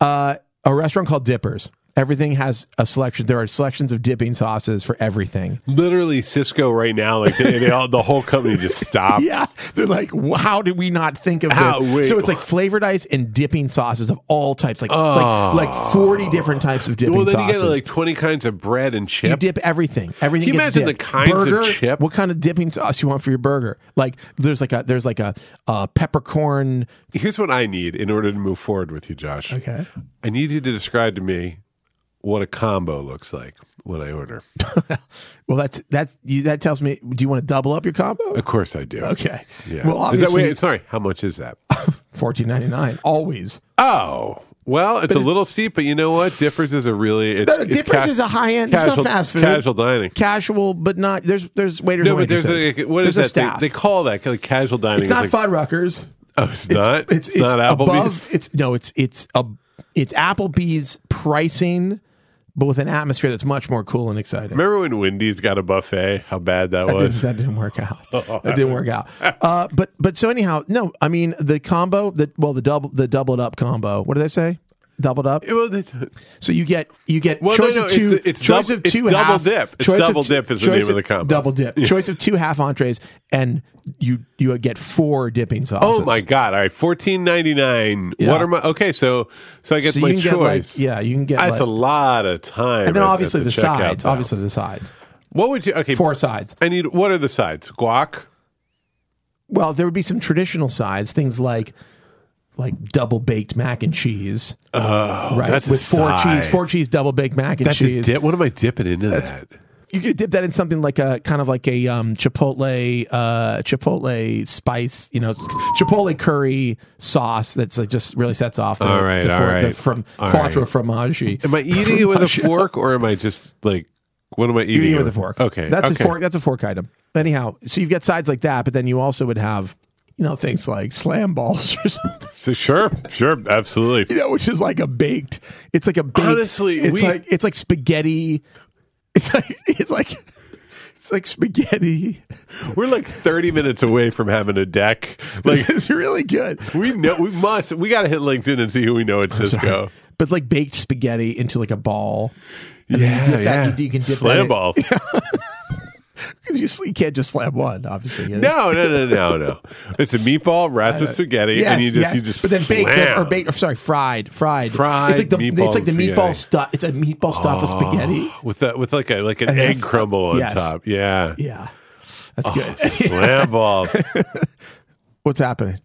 Speaker 1: Uh, a restaurant called Dippers. Everything has a selection. There are selections of dipping sauces for everything.
Speaker 2: Literally, Cisco right now, like they, they all, the whole company just stopped.
Speaker 1: Yeah, they're like, "Wh- how did we not think of
Speaker 2: How-
Speaker 1: this?
Speaker 2: wait.
Speaker 1: So it's like flavored ice and dipping sauces of all types, like like, like forty different types of dipping
Speaker 2: Well, then
Speaker 1: sauces.
Speaker 2: you get like twenty kinds of bread and chip.
Speaker 1: You dip everything. Everything.
Speaker 2: Can you
Speaker 1: gets
Speaker 2: imagine the
Speaker 1: dipped.
Speaker 2: kinds of
Speaker 1: burger,
Speaker 2: chip?
Speaker 1: What kind of dipping sauce you want for your burger? Like there's like a there's like a, uh peppercorn.
Speaker 2: Here's what I need in order to move forward with you, Josh.
Speaker 1: Okay.
Speaker 2: I need you to describe to me what a combo looks like when I order.
Speaker 1: Well, that's that's you, that tells me. Do you want to double up your combo?
Speaker 2: Of course, I do.
Speaker 1: Okay.
Speaker 2: Yeah.
Speaker 1: Well,
Speaker 2: is that,
Speaker 1: obviously
Speaker 2: wait, sorry. How much is that?
Speaker 1: fourteen ninety nine always.
Speaker 2: Oh, well, it's a little steep, but you know what? Differs is a really it's,
Speaker 1: No, no,
Speaker 2: it's
Speaker 1: Dippers
Speaker 2: ca-
Speaker 1: is a high end. It's
Speaker 2: casual,
Speaker 1: not fast food.
Speaker 2: Casual dining.
Speaker 1: Casual, but not there's there's waiters.
Speaker 2: No,
Speaker 1: and
Speaker 2: but there's a
Speaker 1: waitresses.
Speaker 2: what is
Speaker 1: There's a
Speaker 2: that?
Speaker 1: staff.
Speaker 2: They, they call that like casual dining.
Speaker 1: it's not
Speaker 2: like,
Speaker 1: Fuddruckers.
Speaker 2: Oh, it's, not.
Speaker 1: It's it's,
Speaker 2: not Applebee's.
Speaker 1: above. It's no. It's it's a it's Applebee's pricing, but with an atmosphere that's much more cool and exciting.
Speaker 2: Remember when Wendy's got a buffet? How bad that
Speaker 1: That
Speaker 2: was.
Speaker 1: didn't, that didn't work out.
Speaker 2: Oh,
Speaker 1: That didn't work out. Uh, but but so anyhow, no. I mean the combo. The well, the double the doubled up combo. What did I say? Doubled up.
Speaker 2: Well, they-
Speaker 1: So you get you get
Speaker 2: Well, no,
Speaker 1: choice
Speaker 2: no,
Speaker 1: of
Speaker 2: it's
Speaker 1: two.
Speaker 2: the- it's
Speaker 1: choice
Speaker 2: doub-
Speaker 1: of
Speaker 2: it's
Speaker 1: two
Speaker 2: double
Speaker 1: half-
Speaker 2: dip. It's
Speaker 1: choice of
Speaker 2: double
Speaker 1: two-
Speaker 2: dip is the
Speaker 1: choice
Speaker 2: name of the combo.
Speaker 1: Double dip. Choice of two half entrees, and you you get four dipping sauces.
Speaker 2: oh my god! All right, fourteen ninety nine. What
Speaker 1: Yeah.
Speaker 2: are my? Okay, so so I get
Speaker 1: So
Speaker 2: my
Speaker 1: you can
Speaker 2: choice.
Speaker 1: get like yeah, you can get
Speaker 2: That's
Speaker 1: like,
Speaker 2: a lot of time.
Speaker 1: and then
Speaker 2: at- at
Speaker 1: obviously the,
Speaker 2: checkout
Speaker 1: sides.
Speaker 2: now.
Speaker 1: Obviously the sides.
Speaker 2: what would you? Okay,
Speaker 1: Four sides.
Speaker 2: I need. What are the sides? Guac.
Speaker 1: Well, there would be some traditional sides, things like like double baked mac and cheese. Oh, right.
Speaker 2: that's a
Speaker 1: With four
Speaker 2: side.
Speaker 1: cheese, four cheese double baked mac and
Speaker 2: That's a
Speaker 1: cheese.
Speaker 2: dip. What am I dipping into that?
Speaker 1: You could dip that in something like a kind of like a um, chipotle, uh, chipotle spice, you know, chipotle curry sauce. That's like just really sets off the,
Speaker 2: All right,
Speaker 1: the,
Speaker 2: all
Speaker 1: the
Speaker 2: right,
Speaker 1: from
Speaker 2: all
Speaker 1: quattro
Speaker 2: right.
Speaker 1: fromaggi.
Speaker 2: Am I eating it with a fork or am I just like what am I eating?
Speaker 1: You eat
Speaker 2: it
Speaker 1: it with a fork.
Speaker 2: Okay.
Speaker 1: that's
Speaker 2: okay.
Speaker 1: a fork. That's a fork item. Anyhow, so you've got sides like that, but then you also would have, you know, things like slam balls or something.
Speaker 2: So sure, sure, absolutely.
Speaker 1: you know, which is like a baked. It's like a baked.
Speaker 2: Honestly,
Speaker 1: it's
Speaker 2: we-
Speaker 1: like it's like spaghetti. It's like it's like it's like spaghetti.
Speaker 2: We're like thirty minutes away from having a deck. Like
Speaker 1: it's really good,
Speaker 2: we know we must we gotta hit LinkedIn and see who we know at Cisco.
Speaker 1: but like baked spaghetti into like a ball. And then you dip that. You, you can dip that
Speaker 2: Slam
Speaker 1: in-
Speaker 2: balls.
Speaker 1: 'cause You, just- you can't just slam one, obviously. Yeah, that's-
Speaker 2: No, no, no, no, no. It's a meatball wrapped with spaghetti,
Speaker 1: Uh, Yes,
Speaker 2: and you just
Speaker 1: yes.
Speaker 2: you just
Speaker 1: but then baked
Speaker 2: slam.
Speaker 1: or baked or sorry, fried, fried,
Speaker 2: Fried
Speaker 1: It's like the
Speaker 2: meatball
Speaker 1: it's like the
Speaker 2: and
Speaker 1: meatball
Speaker 2: spaghetti. Oh.
Speaker 1: stuff. It's a meatball stuff with spaghetti.
Speaker 2: with that with like a like an
Speaker 1: And then-
Speaker 2: egg crumble on
Speaker 1: Yes.
Speaker 2: top. Yeah,
Speaker 1: Yeah, that's good.
Speaker 2: Oh, slam balls.
Speaker 1: What's happening?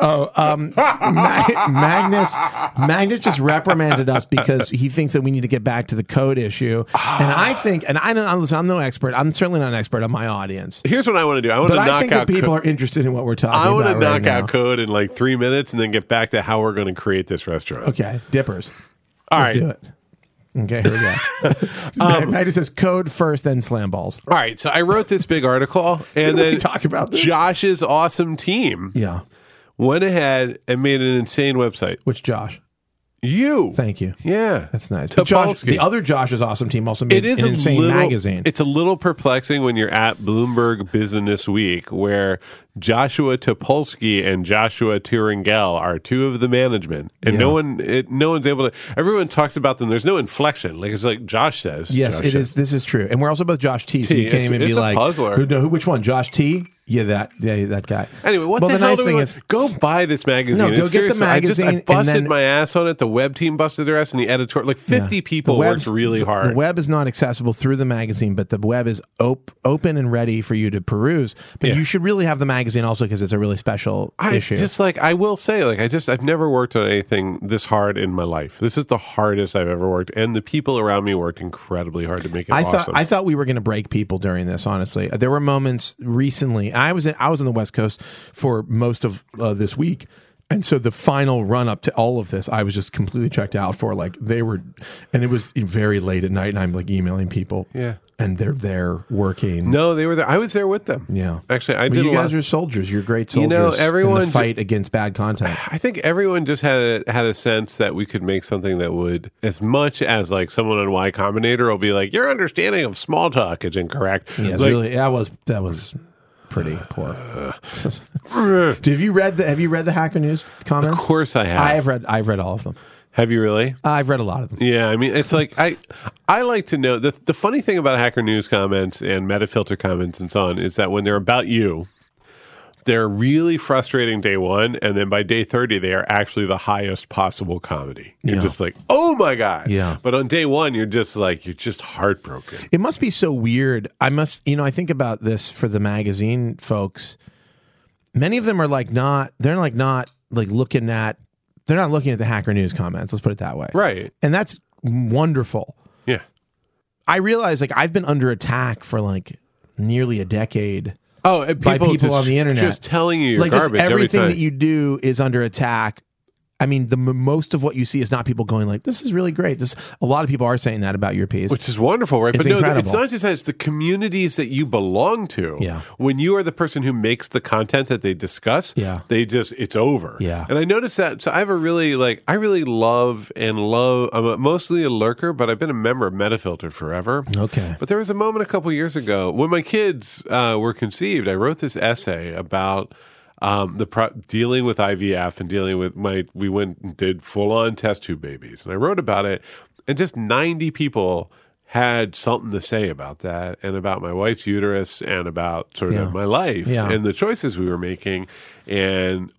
Speaker 1: oh, um, Ma- Magnus, Magnus just reprimanded us because he thinks that we need to get back to the code issue, and I think, and I don't listen. I'm no expert. I'm certainly not an expert on my audience,
Speaker 2: Here's what I want to do. I want
Speaker 1: but
Speaker 2: to
Speaker 1: I
Speaker 2: knock
Speaker 1: think
Speaker 2: out
Speaker 1: that people
Speaker 2: co-
Speaker 1: are interested in what we're talking
Speaker 2: I
Speaker 1: about.
Speaker 2: want to
Speaker 1: right
Speaker 2: knock
Speaker 1: now.
Speaker 2: out code in like three minutes and then get back to how we're going to create this restaurant.
Speaker 1: Okay, dippers.
Speaker 2: All
Speaker 1: Let's
Speaker 2: right.
Speaker 1: do it. Okay, here we go. um, Maggie says code first, then slam balls.
Speaker 2: All right, so I wrote this big article, and
Speaker 1: Didn't we
Speaker 2: then
Speaker 1: talk about this?
Speaker 2: Josh's awesome team
Speaker 1: Yeah.
Speaker 2: went ahead and made an insane website.
Speaker 1: Which Josh?
Speaker 2: You,
Speaker 1: Thank you.
Speaker 2: yeah,
Speaker 1: That's nice. But Josh,
Speaker 2: Topolsky.
Speaker 1: the other Josh's awesome team also made
Speaker 2: it is
Speaker 1: an
Speaker 2: a
Speaker 1: insane
Speaker 2: little,
Speaker 1: magazine.
Speaker 2: It's a little perplexing when you're at Bloomberg Business Week, where Joshua Topolsky and Joshua Turingel are two of the management, and no
Speaker 1: Yeah.
Speaker 2: one, it, no one's able to. Everyone talks about them. There's no inflection. Like it's like Josh says.
Speaker 1: yes,
Speaker 2: Josh
Speaker 1: it
Speaker 2: says.
Speaker 1: is. This is true, and we're also both Josh T. So
Speaker 2: T,
Speaker 1: you can't
Speaker 2: it's-
Speaker 1: even be
Speaker 2: it's a
Speaker 1: like,
Speaker 2: puzzler.
Speaker 1: Who, no, who, which one? Josh T. Yeah, that, yeah, that guy.
Speaker 2: Anyway, what
Speaker 1: well,
Speaker 2: the,
Speaker 1: the,
Speaker 2: hell
Speaker 1: nice
Speaker 2: do we
Speaker 1: thing
Speaker 2: want-
Speaker 1: is,
Speaker 2: go buy this magazine.
Speaker 1: No, go
Speaker 2: It's
Speaker 1: get the
Speaker 2: seriously- I just- I
Speaker 1: magazine and
Speaker 2: busted
Speaker 1: then-
Speaker 2: my ass on it. The web team busted their ass, and the editor, like fifty people,
Speaker 1: the
Speaker 2: worked
Speaker 1: web's-
Speaker 2: really
Speaker 1: the-
Speaker 2: hard.
Speaker 1: The web is not accessible through the magazine, but the web is op- open and ready for you to peruse. But
Speaker 2: Yeah.
Speaker 1: you should really have the magazine also because it's a really special
Speaker 2: I
Speaker 1: issue.
Speaker 2: just like I will say, like I just I've never worked on anything this hard in my life. This is the hardest I've ever worked, and the people around me worked incredibly hard to make it.
Speaker 1: I
Speaker 2: awesome.
Speaker 1: thought I thought we were going to break people during this. Honestly, there were moments recently. I was in, I was on the West Coast for most of uh, this week, and so the final run up to all of this, I was just completely checked out for. Like they were, and it was very late at night, and I'm like emailing people.
Speaker 2: Yeah.
Speaker 1: and they're there working.
Speaker 2: no, they were there. I was there with them.
Speaker 1: Yeah.
Speaker 2: actually, I
Speaker 1: But
Speaker 2: did.
Speaker 1: you
Speaker 2: a lot.
Speaker 1: guys are soldiers. You're great
Speaker 2: You
Speaker 1: soldiers.
Speaker 2: know,
Speaker 1: in
Speaker 2: everyone-
Speaker 1: the fight against bad content.
Speaker 2: I think everyone just had a, had a sense that we could make something that would, as much as like someone on Y Combinator will be like, your understanding of small talk is incorrect.
Speaker 1: Yeah, it's
Speaker 2: Like,
Speaker 1: really that was that was pretty poor. have you read the Have you read the Hacker News
Speaker 2: of
Speaker 1: comments?
Speaker 2: course I have.
Speaker 1: I have read. I've read all of them.
Speaker 2: have you really?
Speaker 1: I've read a lot of them.
Speaker 2: Yeah, I mean, it's like I I like to know the the funny thing about Hacker News comments and Metafilter comments and so on is that when they're about you, they're really frustrating day one, and then by day thirty, they are actually the highest possible comedy. You're
Speaker 1: Yeah.
Speaker 2: just like, oh my god,
Speaker 1: Yeah.
Speaker 2: But on day one, you're just like, you're just heartbroken.
Speaker 1: It must be so weird. I must, you know, I think about this for the magazine folks. Many of them are like not, they're like not like looking at, they're not looking at the Hacker News comments. Let's put it that way.
Speaker 2: Right?
Speaker 1: And that's wonderful.
Speaker 2: Yeah.
Speaker 1: I realize like I've been under attack for like nearly a decade.
Speaker 2: Oh, and
Speaker 1: By people
Speaker 2: just-
Speaker 1: on the internet.
Speaker 2: just telling you your
Speaker 1: like just
Speaker 2: garbage every
Speaker 1: everything
Speaker 2: time.
Speaker 1: that you do is under attack. I mean, the m- most of what you see is not people going like, "This is really great." This a lot of people are saying that about your piece.
Speaker 2: Which is wonderful, right?
Speaker 1: It's
Speaker 2: but no, it's
Speaker 1: incredible.
Speaker 2: not just that, it's the communities that you belong to.
Speaker 1: Yeah.
Speaker 2: When you are the person who makes the content that they discuss,
Speaker 1: Yeah.
Speaker 2: they just, it's over.
Speaker 1: Yeah.
Speaker 2: And I noticed that. So I have a really, like, I really love and love, I'm a, mostly a lurker, but I've been a member of Metafilter forever.
Speaker 1: okay,
Speaker 2: But there was a moment a couple years ago when my kids uh, were conceived. I wrote this essay about um, the pro- dealing with IVF and dealing with my. We went and did full on test tube babies, and I wrote about it. And just ninety people had something to say about that, and about my wife's uterus, and about sort
Speaker 1: Yeah.
Speaker 2: of my life
Speaker 1: Yeah.
Speaker 2: and the choices we were making, and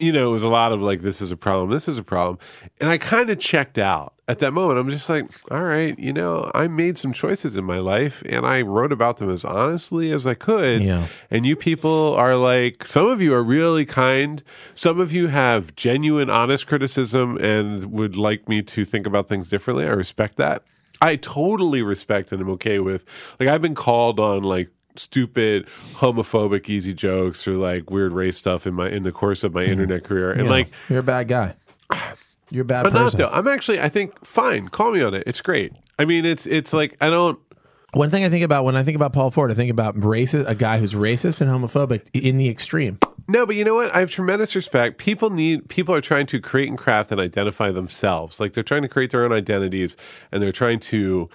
Speaker 2: you know, it was a lot of like, this is a problem, this is a problem. And I kind of checked out at that moment. I'm just like, all right, you know, I made some choices in my life and I wrote about them as honestly as I could.
Speaker 1: Yeah.
Speaker 2: And you people are like, some of you are really kind. Some of you have genuine, honest criticism and would like me to think about things differently. I respect that. I totally respect and I'm okay with. Like, I've been called on like stupid homophobic easy jokes or like weird race stuff in my in the course of my internet career and
Speaker 1: Yeah.
Speaker 2: like
Speaker 1: you're a bad guy. You're a bad
Speaker 2: but
Speaker 1: person.
Speaker 2: not though i'm actually i think fine call me on it it's great i mean it's it's like i don't
Speaker 1: One thing I think about when I think about Paul Ford, I think about racist, a guy who's racist and homophobic in the extreme.
Speaker 2: No, but you know what? I have tremendous respect. People need people are trying to create and craft and identify themselves. Like they're trying to create their own identities and they're trying to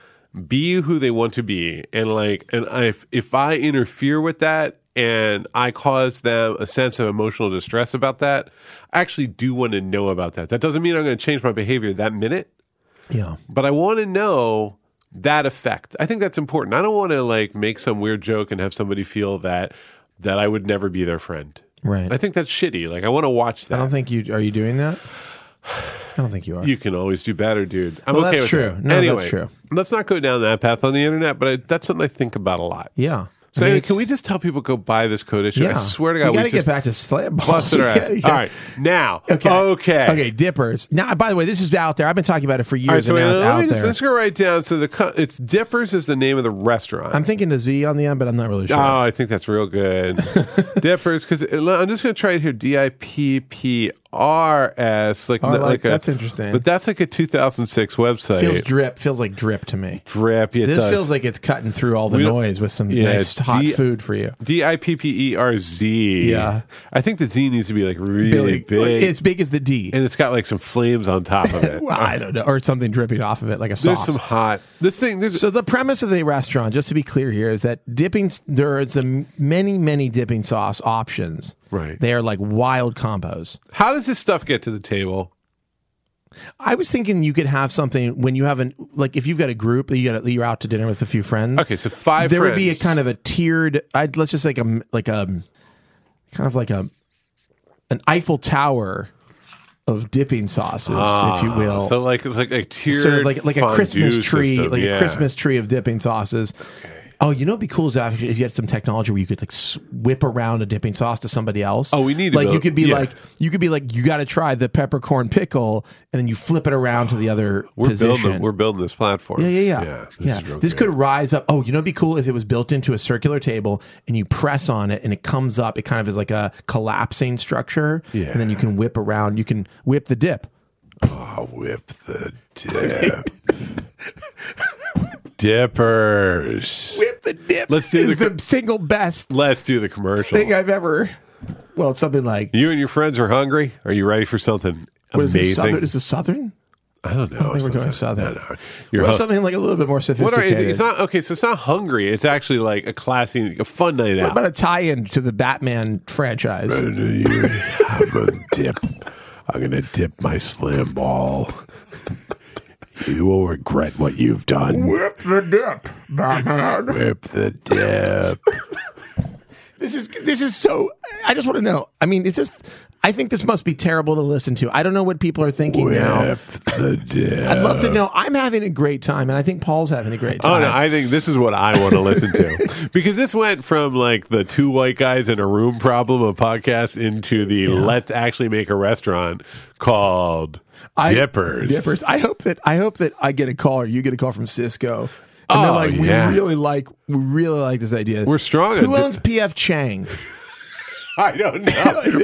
Speaker 2: be who they want to be. And like and I, if if I interfere with that and I cause them a sense of emotional distress about that, I actually do want to know about that. That doesn't mean I'm going to change my behavior that minute
Speaker 1: Yeah,
Speaker 2: but I want to know that effect. I think that's important. I don't want to like make some weird joke and have somebody feel that that I would never be their friend.
Speaker 1: Right.
Speaker 2: I think that's shitty. Like I want to watch that.
Speaker 1: I don't think you are you doing that. I don't think you are.
Speaker 2: you can always do better, dude. I'm
Speaker 1: Well,
Speaker 2: okay
Speaker 1: that's
Speaker 2: with
Speaker 1: true.
Speaker 2: that.
Speaker 1: No, that's
Speaker 2: anyway,
Speaker 1: true.
Speaker 2: Let's not go down that path on the internet, but I, that's something I think about a lot.
Speaker 1: yeah, I
Speaker 2: So
Speaker 1: mean,
Speaker 2: anyway, can
Speaker 1: it's-
Speaker 2: we just tell people go buy this code issue?
Speaker 1: Yeah,
Speaker 2: I swear to God,
Speaker 1: we
Speaker 2: we
Speaker 1: gotta get
Speaker 2: just
Speaker 1: back to slam balls.
Speaker 2: busted
Speaker 1: We
Speaker 2: our ass.
Speaker 1: gotta get-
Speaker 2: All right, now, okay, okay,
Speaker 1: Okay, dippers. Now, by the way, this is out there. I've been talking about it for years,
Speaker 2: All right, so
Speaker 1: and
Speaker 2: wait,
Speaker 1: now
Speaker 2: let
Speaker 1: it's
Speaker 2: me
Speaker 1: out
Speaker 2: just-
Speaker 1: there.
Speaker 2: let's go right down. So the co- it's Dippers is the name of the restaurant.
Speaker 1: I'm thinking a Z on the end, but I'm not really sure.
Speaker 2: Oh, I think that's real good. Dippers, because I'm just going to try it here. D I P P R S, like
Speaker 1: Oh, I
Speaker 2: like,
Speaker 1: like-
Speaker 2: a,
Speaker 1: that's interesting.
Speaker 2: But that's like a 2006 website.
Speaker 1: feels drip. Feels like drip to me.
Speaker 2: drip. yeah, it
Speaker 1: This
Speaker 2: does.
Speaker 1: feels like it's cutting through all the
Speaker 2: We don't-
Speaker 1: noise with some
Speaker 2: Yeah,
Speaker 1: nice
Speaker 2: it's
Speaker 1: hot
Speaker 2: D-
Speaker 1: food for you.
Speaker 2: D I P P E R Z.
Speaker 1: Yeah.
Speaker 2: I think the Z needs to be like really big,
Speaker 1: As big as the D.
Speaker 2: and it's got like some flames on top of it.
Speaker 1: Well, I don't know, or something dripping off of it like a
Speaker 2: There's
Speaker 1: sauce.
Speaker 2: some hot. This thing. There's
Speaker 1: so the premise of the restaurant, just to be clear here, is that dipping there is a m- many many dipping sauce options.
Speaker 2: Right.
Speaker 1: They are like wild combos.
Speaker 2: how does this stuff get to the table?
Speaker 1: I was thinking you could have something when you have an like if you've got a group you got you're out to dinner with a few friends.
Speaker 2: Okay, so five.
Speaker 1: there would be a
Speaker 2: friends.
Speaker 1: kind of a tiered. I'd, let's just like a like a kind of like a an Eiffel Tower of dipping sauces, if you will.
Speaker 2: Ah, So like it's like a tiered
Speaker 1: sort of like like a
Speaker 2: fondue
Speaker 1: Christmas tree,
Speaker 2: system,
Speaker 1: like
Speaker 2: yeah.
Speaker 1: a Christmas tree of dipping sauces. Oh, you know, it'd be cool is if if you had some technology where you could like s- whip around a dipping sauce to somebody else.
Speaker 2: Oh, we need to
Speaker 1: like
Speaker 2: build-
Speaker 1: you could be
Speaker 2: yeah.
Speaker 1: like you could be like you got to try the peppercorn pickle, and then you flip it around to the other
Speaker 2: We're
Speaker 1: position.
Speaker 2: building. We're building this platform.
Speaker 1: yeah, yeah, yeah.
Speaker 2: this
Speaker 1: Yeah.
Speaker 2: is real
Speaker 1: This
Speaker 2: good.
Speaker 1: could rise up. Oh, you know, it'd be cool if it was built into a circular table and you press on it and it comes up. It kind of is like a collapsing structure,
Speaker 2: Yeah.
Speaker 1: and then you can whip around. You can whip the dip.
Speaker 2: I'll whip the dip. Dippers.
Speaker 1: Whip the dip.
Speaker 2: Let's do
Speaker 1: is
Speaker 2: the-
Speaker 1: the, single best
Speaker 2: Let's do the commercial.
Speaker 1: thing I've ever. Well, it's something like
Speaker 2: you and your friends are hungry. Are you ready for something
Speaker 1: what is it?
Speaker 2: amazing?
Speaker 1: Southern? Is it Southern?
Speaker 2: I don't know.
Speaker 1: I think we're going Southern.
Speaker 2: No, no. You're
Speaker 1: well,
Speaker 2: hung-
Speaker 1: something like a little bit more
Speaker 2: what are,
Speaker 1: sophisticated.
Speaker 2: it's not okay. So it's not hungry. It's actually like a classy, a fun night
Speaker 1: what
Speaker 2: out.
Speaker 1: about a tie-in to the Batman franchise?
Speaker 2: I'm gonna dip. I'm gonna dip my slam ball. You will regret what you've done.
Speaker 1: Whip the dip, Batman.
Speaker 2: Whip the dip.
Speaker 1: This is this is so. I just want to know. I mean, it's just. I think this must be terrible to listen to. I don't know what people are thinking now.
Speaker 2: the dip.
Speaker 1: I'd love to know. I'm having a great time, and I think Paul's having a great
Speaker 2: Oh
Speaker 1: time.
Speaker 2: no! I think this is what I want to listen to because this went from like the two white guys in a room problem of podcast into the let's actually make a restaurant called
Speaker 1: I-
Speaker 2: Dippers.
Speaker 1: Dippers. I hope that I hope that I get a call or you get a call from Cisco. And they're
Speaker 2: Oh,
Speaker 1: like,
Speaker 2: yeah.
Speaker 1: we really like we really like this idea.
Speaker 2: We're strong.
Speaker 1: Who
Speaker 2: at di-
Speaker 1: owns PF Chang?
Speaker 2: I don't know.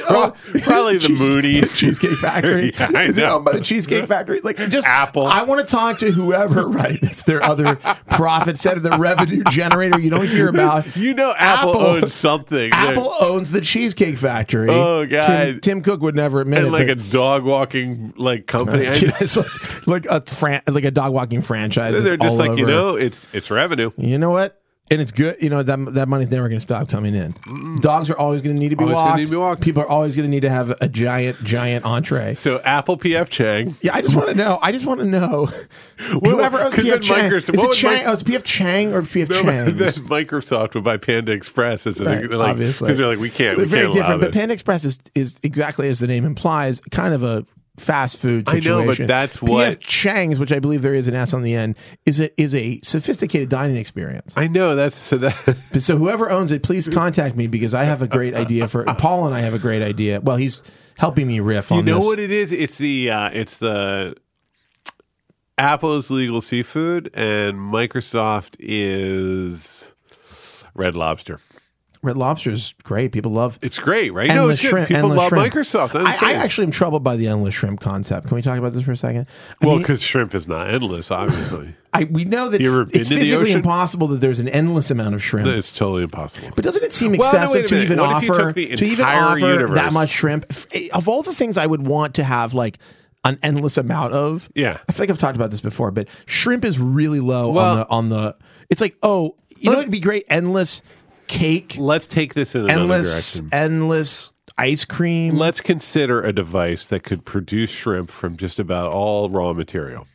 Speaker 1: Oh,
Speaker 2: Pro- Probably the
Speaker 1: Cheese-
Speaker 2: Moody's.
Speaker 1: Cheesecake Factory.
Speaker 2: Yeah, I
Speaker 1: Is it um,
Speaker 2: know.
Speaker 1: owned by the Cheesecake Factory? Like just
Speaker 2: Apple.
Speaker 1: I want to talk to whoever, right? It's their other profit center, the revenue generator you don't hear about.
Speaker 2: You know, Apple,
Speaker 1: Apple-
Speaker 2: owns something. They're-
Speaker 1: Apple owns the Cheesecake Factory.
Speaker 2: Oh,
Speaker 1: Tim,
Speaker 2: God.
Speaker 1: Tim Cook would never admit
Speaker 2: and
Speaker 1: it.
Speaker 2: like a
Speaker 1: but-
Speaker 2: dog walking like company. I-
Speaker 1: Yeah, it's like, like a fran- like a dog walking franchise.
Speaker 2: They're
Speaker 1: that's
Speaker 2: just
Speaker 1: all
Speaker 2: like you
Speaker 1: over.
Speaker 2: know, it's it's revenue.
Speaker 1: You know what? And it's good. You know that that money's never going to stop coming in. Dogs are always going to need to be
Speaker 2: Always gonna
Speaker 1: walked.
Speaker 2: need to be walked.
Speaker 1: People are always going to need to have a giant, giant entree.
Speaker 2: So Apple PF Chang.
Speaker 1: Yeah, I just want to know. I just want to know. Whoever owns
Speaker 2: 'cause
Speaker 1: PF
Speaker 2: then
Speaker 1: Chang,
Speaker 2: Microsoft-
Speaker 1: is
Speaker 2: what
Speaker 1: it
Speaker 2: would
Speaker 1: Chang?
Speaker 2: Mic-
Speaker 1: oh, it's PF Chang or PF
Speaker 2: Then
Speaker 1: Chang?
Speaker 2: Microsoft would buy Panda Express as
Speaker 1: Right,
Speaker 2: a, like,
Speaker 1: obviously,
Speaker 2: because they're like we can't,
Speaker 1: They're
Speaker 2: we
Speaker 1: very
Speaker 2: can't allow
Speaker 1: different. But
Speaker 2: this.
Speaker 1: Panda Express is, is exactly as the name implies, kind of a fast food
Speaker 2: I
Speaker 1: situation.
Speaker 2: know, but that's
Speaker 1: PF
Speaker 2: what-
Speaker 1: Chang's, which I believe there is an S on the end, is a, is a sophisticated dining experience.
Speaker 2: I know that's so that
Speaker 1: But So whoever owns it, please contact me because I have a great idea for Paul and I have a great idea. Well, he's helping me riff on
Speaker 2: you know
Speaker 1: this.
Speaker 2: what it is. It's the uh, it's the Apple is legal seafood and Microsoft is Red Lobster.
Speaker 1: Red Lobster is great. People love
Speaker 2: It's great, right? no,
Speaker 1: endless
Speaker 2: it's good.
Speaker 1: shrimp.
Speaker 2: People
Speaker 1: endless
Speaker 2: love
Speaker 1: shrimp.
Speaker 2: Microsoft. I'm
Speaker 1: I, I
Speaker 2: saying.
Speaker 1: actually am troubled by the endless shrimp concept. Can we talk about this for a second? I
Speaker 2: well,
Speaker 1: mean,
Speaker 2: because shrimp is not endless, obviously.
Speaker 1: I, we know that
Speaker 2: You ever been
Speaker 1: it's
Speaker 2: to the
Speaker 1: physically
Speaker 2: ocean?
Speaker 1: impossible that there's an endless amount of shrimp.
Speaker 2: it's totally impossible.
Speaker 1: But doesn't it seem
Speaker 2: Well, no,
Speaker 1: excessive
Speaker 2: wait a
Speaker 1: to
Speaker 2: minute.
Speaker 1: even
Speaker 2: What if you
Speaker 1: offer
Speaker 2: took the
Speaker 1: to even
Speaker 2: entire
Speaker 1: offer
Speaker 2: universe?
Speaker 1: that much shrimp? F- Of all the things I would want to have, like an endless amount of.
Speaker 2: Yeah.
Speaker 1: I feel like I've talked about this before, but shrimp is really low
Speaker 2: Well-
Speaker 1: on the on the. It's like oh, you know, it'd be great endless cake,
Speaker 2: Let's take this in another
Speaker 1: endless
Speaker 2: direction.
Speaker 1: endless ice cream.
Speaker 2: Let's consider a device that could produce shrimp from just about all raw material.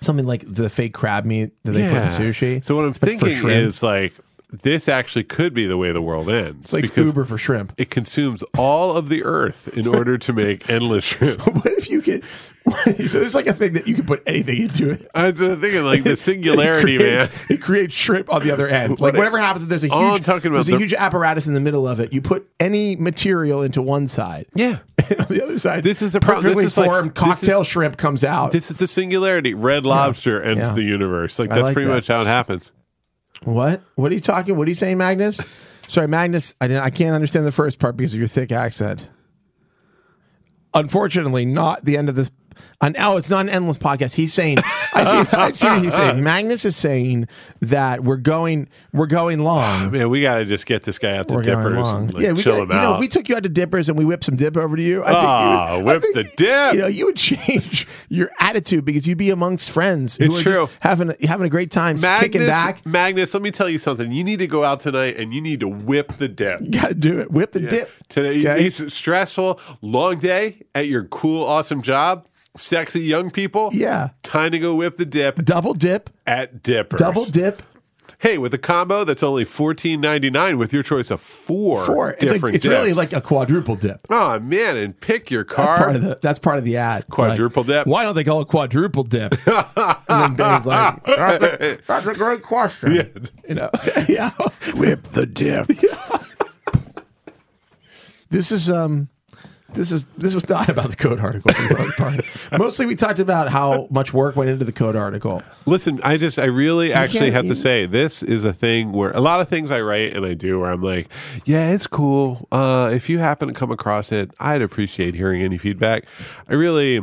Speaker 1: something like the fake crab meat that they put in sushi.
Speaker 2: So what I'm
Speaker 1: but for
Speaker 2: thinking
Speaker 1: shrimp.
Speaker 2: is like this actually could be the way the world ends.
Speaker 1: It's like
Speaker 2: because
Speaker 1: Uber for shrimp.
Speaker 2: It consumes all of the earth in order to make endless shrimp.
Speaker 1: What if you could? so there's like a thing that you can put anything into it.
Speaker 2: I was just thinking, like the
Speaker 1: it
Speaker 2: singularity, man.
Speaker 1: creates, It creates shrimp on the other end. Like
Speaker 2: What I-
Speaker 1: whatever happens, if there's a huge,
Speaker 2: All I'm talking about
Speaker 1: there's a
Speaker 2: the-
Speaker 1: huge apparatus in the middle of it. You put any material into one side,
Speaker 2: Yeah.
Speaker 1: and on the other side,
Speaker 2: This is the pro- this
Speaker 1: perfectly
Speaker 2: is like-
Speaker 1: formed
Speaker 2: this is-
Speaker 1: cocktail shrimp comes out.
Speaker 2: This is the singularity. Red Lobster ends
Speaker 1: Yeah.
Speaker 2: the universe. Like
Speaker 1: I
Speaker 2: that's
Speaker 1: like
Speaker 2: pretty
Speaker 1: that.
Speaker 2: much how it happens.
Speaker 1: what? What are you talking? What are you saying, Magnus? Sorry, Magnus. I didn't. I can't understand the first part because of your thick accent. Unfortunately, not the end of this. And oh, it's not an endless podcast. He's saying, I see, I see what he's saying. Magnus is saying that we're going, we're going long.
Speaker 2: Man, we got to just get this guy out to
Speaker 1: We're going
Speaker 2: dippers
Speaker 1: along.
Speaker 2: and like,
Speaker 1: we
Speaker 2: chill
Speaker 1: could-
Speaker 2: him
Speaker 1: you know,
Speaker 2: out.
Speaker 1: if we took you out to Dippers and we whipped some dip over to you, I
Speaker 2: Ah,
Speaker 1: think you would, I
Speaker 2: whip
Speaker 1: think
Speaker 2: the
Speaker 1: you-
Speaker 2: dip.
Speaker 1: You know, you would change your attitude because you'd be amongst friends who
Speaker 2: It's
Speaker 1: are
Speaker 2: true.
Speaker 1: just having a, having a great time, just kicking back.
Speaker 2: Magnus, let me tell you something. You need to go out tonight and you need to whip the dip.
Speaker 1: Got to do it. Whip the dip.
Speaker 2: Today,
Speaker 1: Okay?
Speaker 2: it's stressful, long day at your cool, awesome job. Sexy young people.
Speaker 1: Yeah.
Speaker 2: Time to go whip the dip
Speaker 1: double dip,
Speaker 2: at Dippers.
Speaker 1: double dip.
Speaker 2: Hey, with a combo that's only fourteen ninety nine with your choice of four,
Speaker 1: Four. It's,
Speaker 2: different
Speaker 1: like, it's really
Speaker 2: dips.
Speaker 1: like a quadruple dip.
Speaker 2: Oh man, and pick your
Speaker 1: That's part of
Speaker 2: card.
Speaker 1: the. That's part of the ad.
Speaker 2: Quadruple
Speaker 1: Like,
Speaker 2: dip.
Speaker 1: Why don't they call it quadruple dip? and then Ben's like, that's a, that's a great question. You know, yeah.
Speaker 2: Whip the dip.
Speaker 1: This is um, this is this was not about the code article for the most part. Mostly, we talked about how much work went into the code article.
Speaker 2: Listen, I just I really actually
Speaker 1: can't-
Speaker 2: have
Speaker 1: you-
Speaker 2: to say this is a thing where a lot of things I write and I do where I'm like, yeah, it's cool. Uh, if you happen to come across it, I'd appreciate hearing any feedback. I really,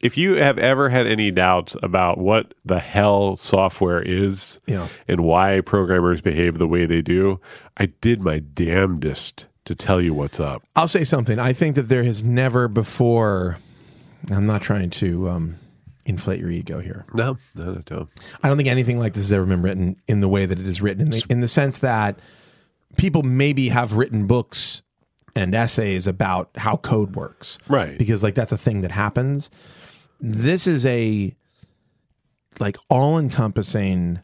Speaker 2: if you have ever had any doubts about what the hell software is
Speaker 1: Yeah.
Speaker 2: and why programmers behave the way they do, I did my damnedest to tell you what's up.
Speaker 1: I'll say something. I think that there has never before. I'm not trying to um, inflate your ego here.
Speaker 2: No, no, no, no.
Speaker 1: I don't think anything like this has ever been written in the way that it is written, in the, in the sense that people maybe have written books and essays about how code works.
Speaker 2: Right.
Speaker 1: Because, like, that's a thing that happens. This is a, like, all encompassing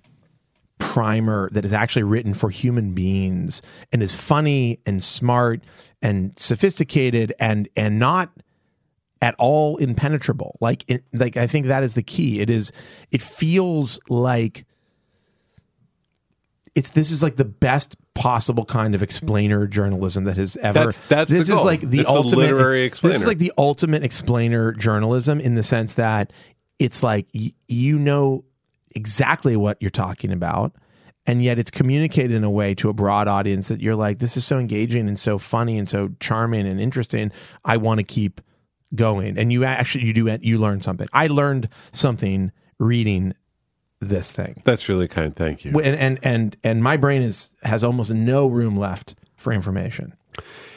Speaker 1: primer that is actually written for human beings and is funny and smart and sophisticated and and not at all impenetrable. Like, it, like I think that is the key. It is. It feels like it's. This is like the best possible kind of explainer journalism that has ever.
Speaker 2: That's- that's
Speaker 1: this
Speaker 2: the
Speaker 1: is
Speaker 2: goal.
Speaker 1: like the
Speaker 2: It's the
Speaker 1: ultimate
Speaker 2: literary
Speaker 1: This
Speaker 2: explainer.
Speaker 1: is like the ultimate explainer journalism in the sense that it's like y- you know exactly what you're talking about. And yet, it's communicated in a way to a broad audience that you're like, this is so engaging and so funny and so charming and interesting. I want to keep going and you actually you do you learn something i learned something reading this thing
Speaker 2: That's really kind. Thank you.
Speaker 1: and and and, and my brain is has almost no room left for information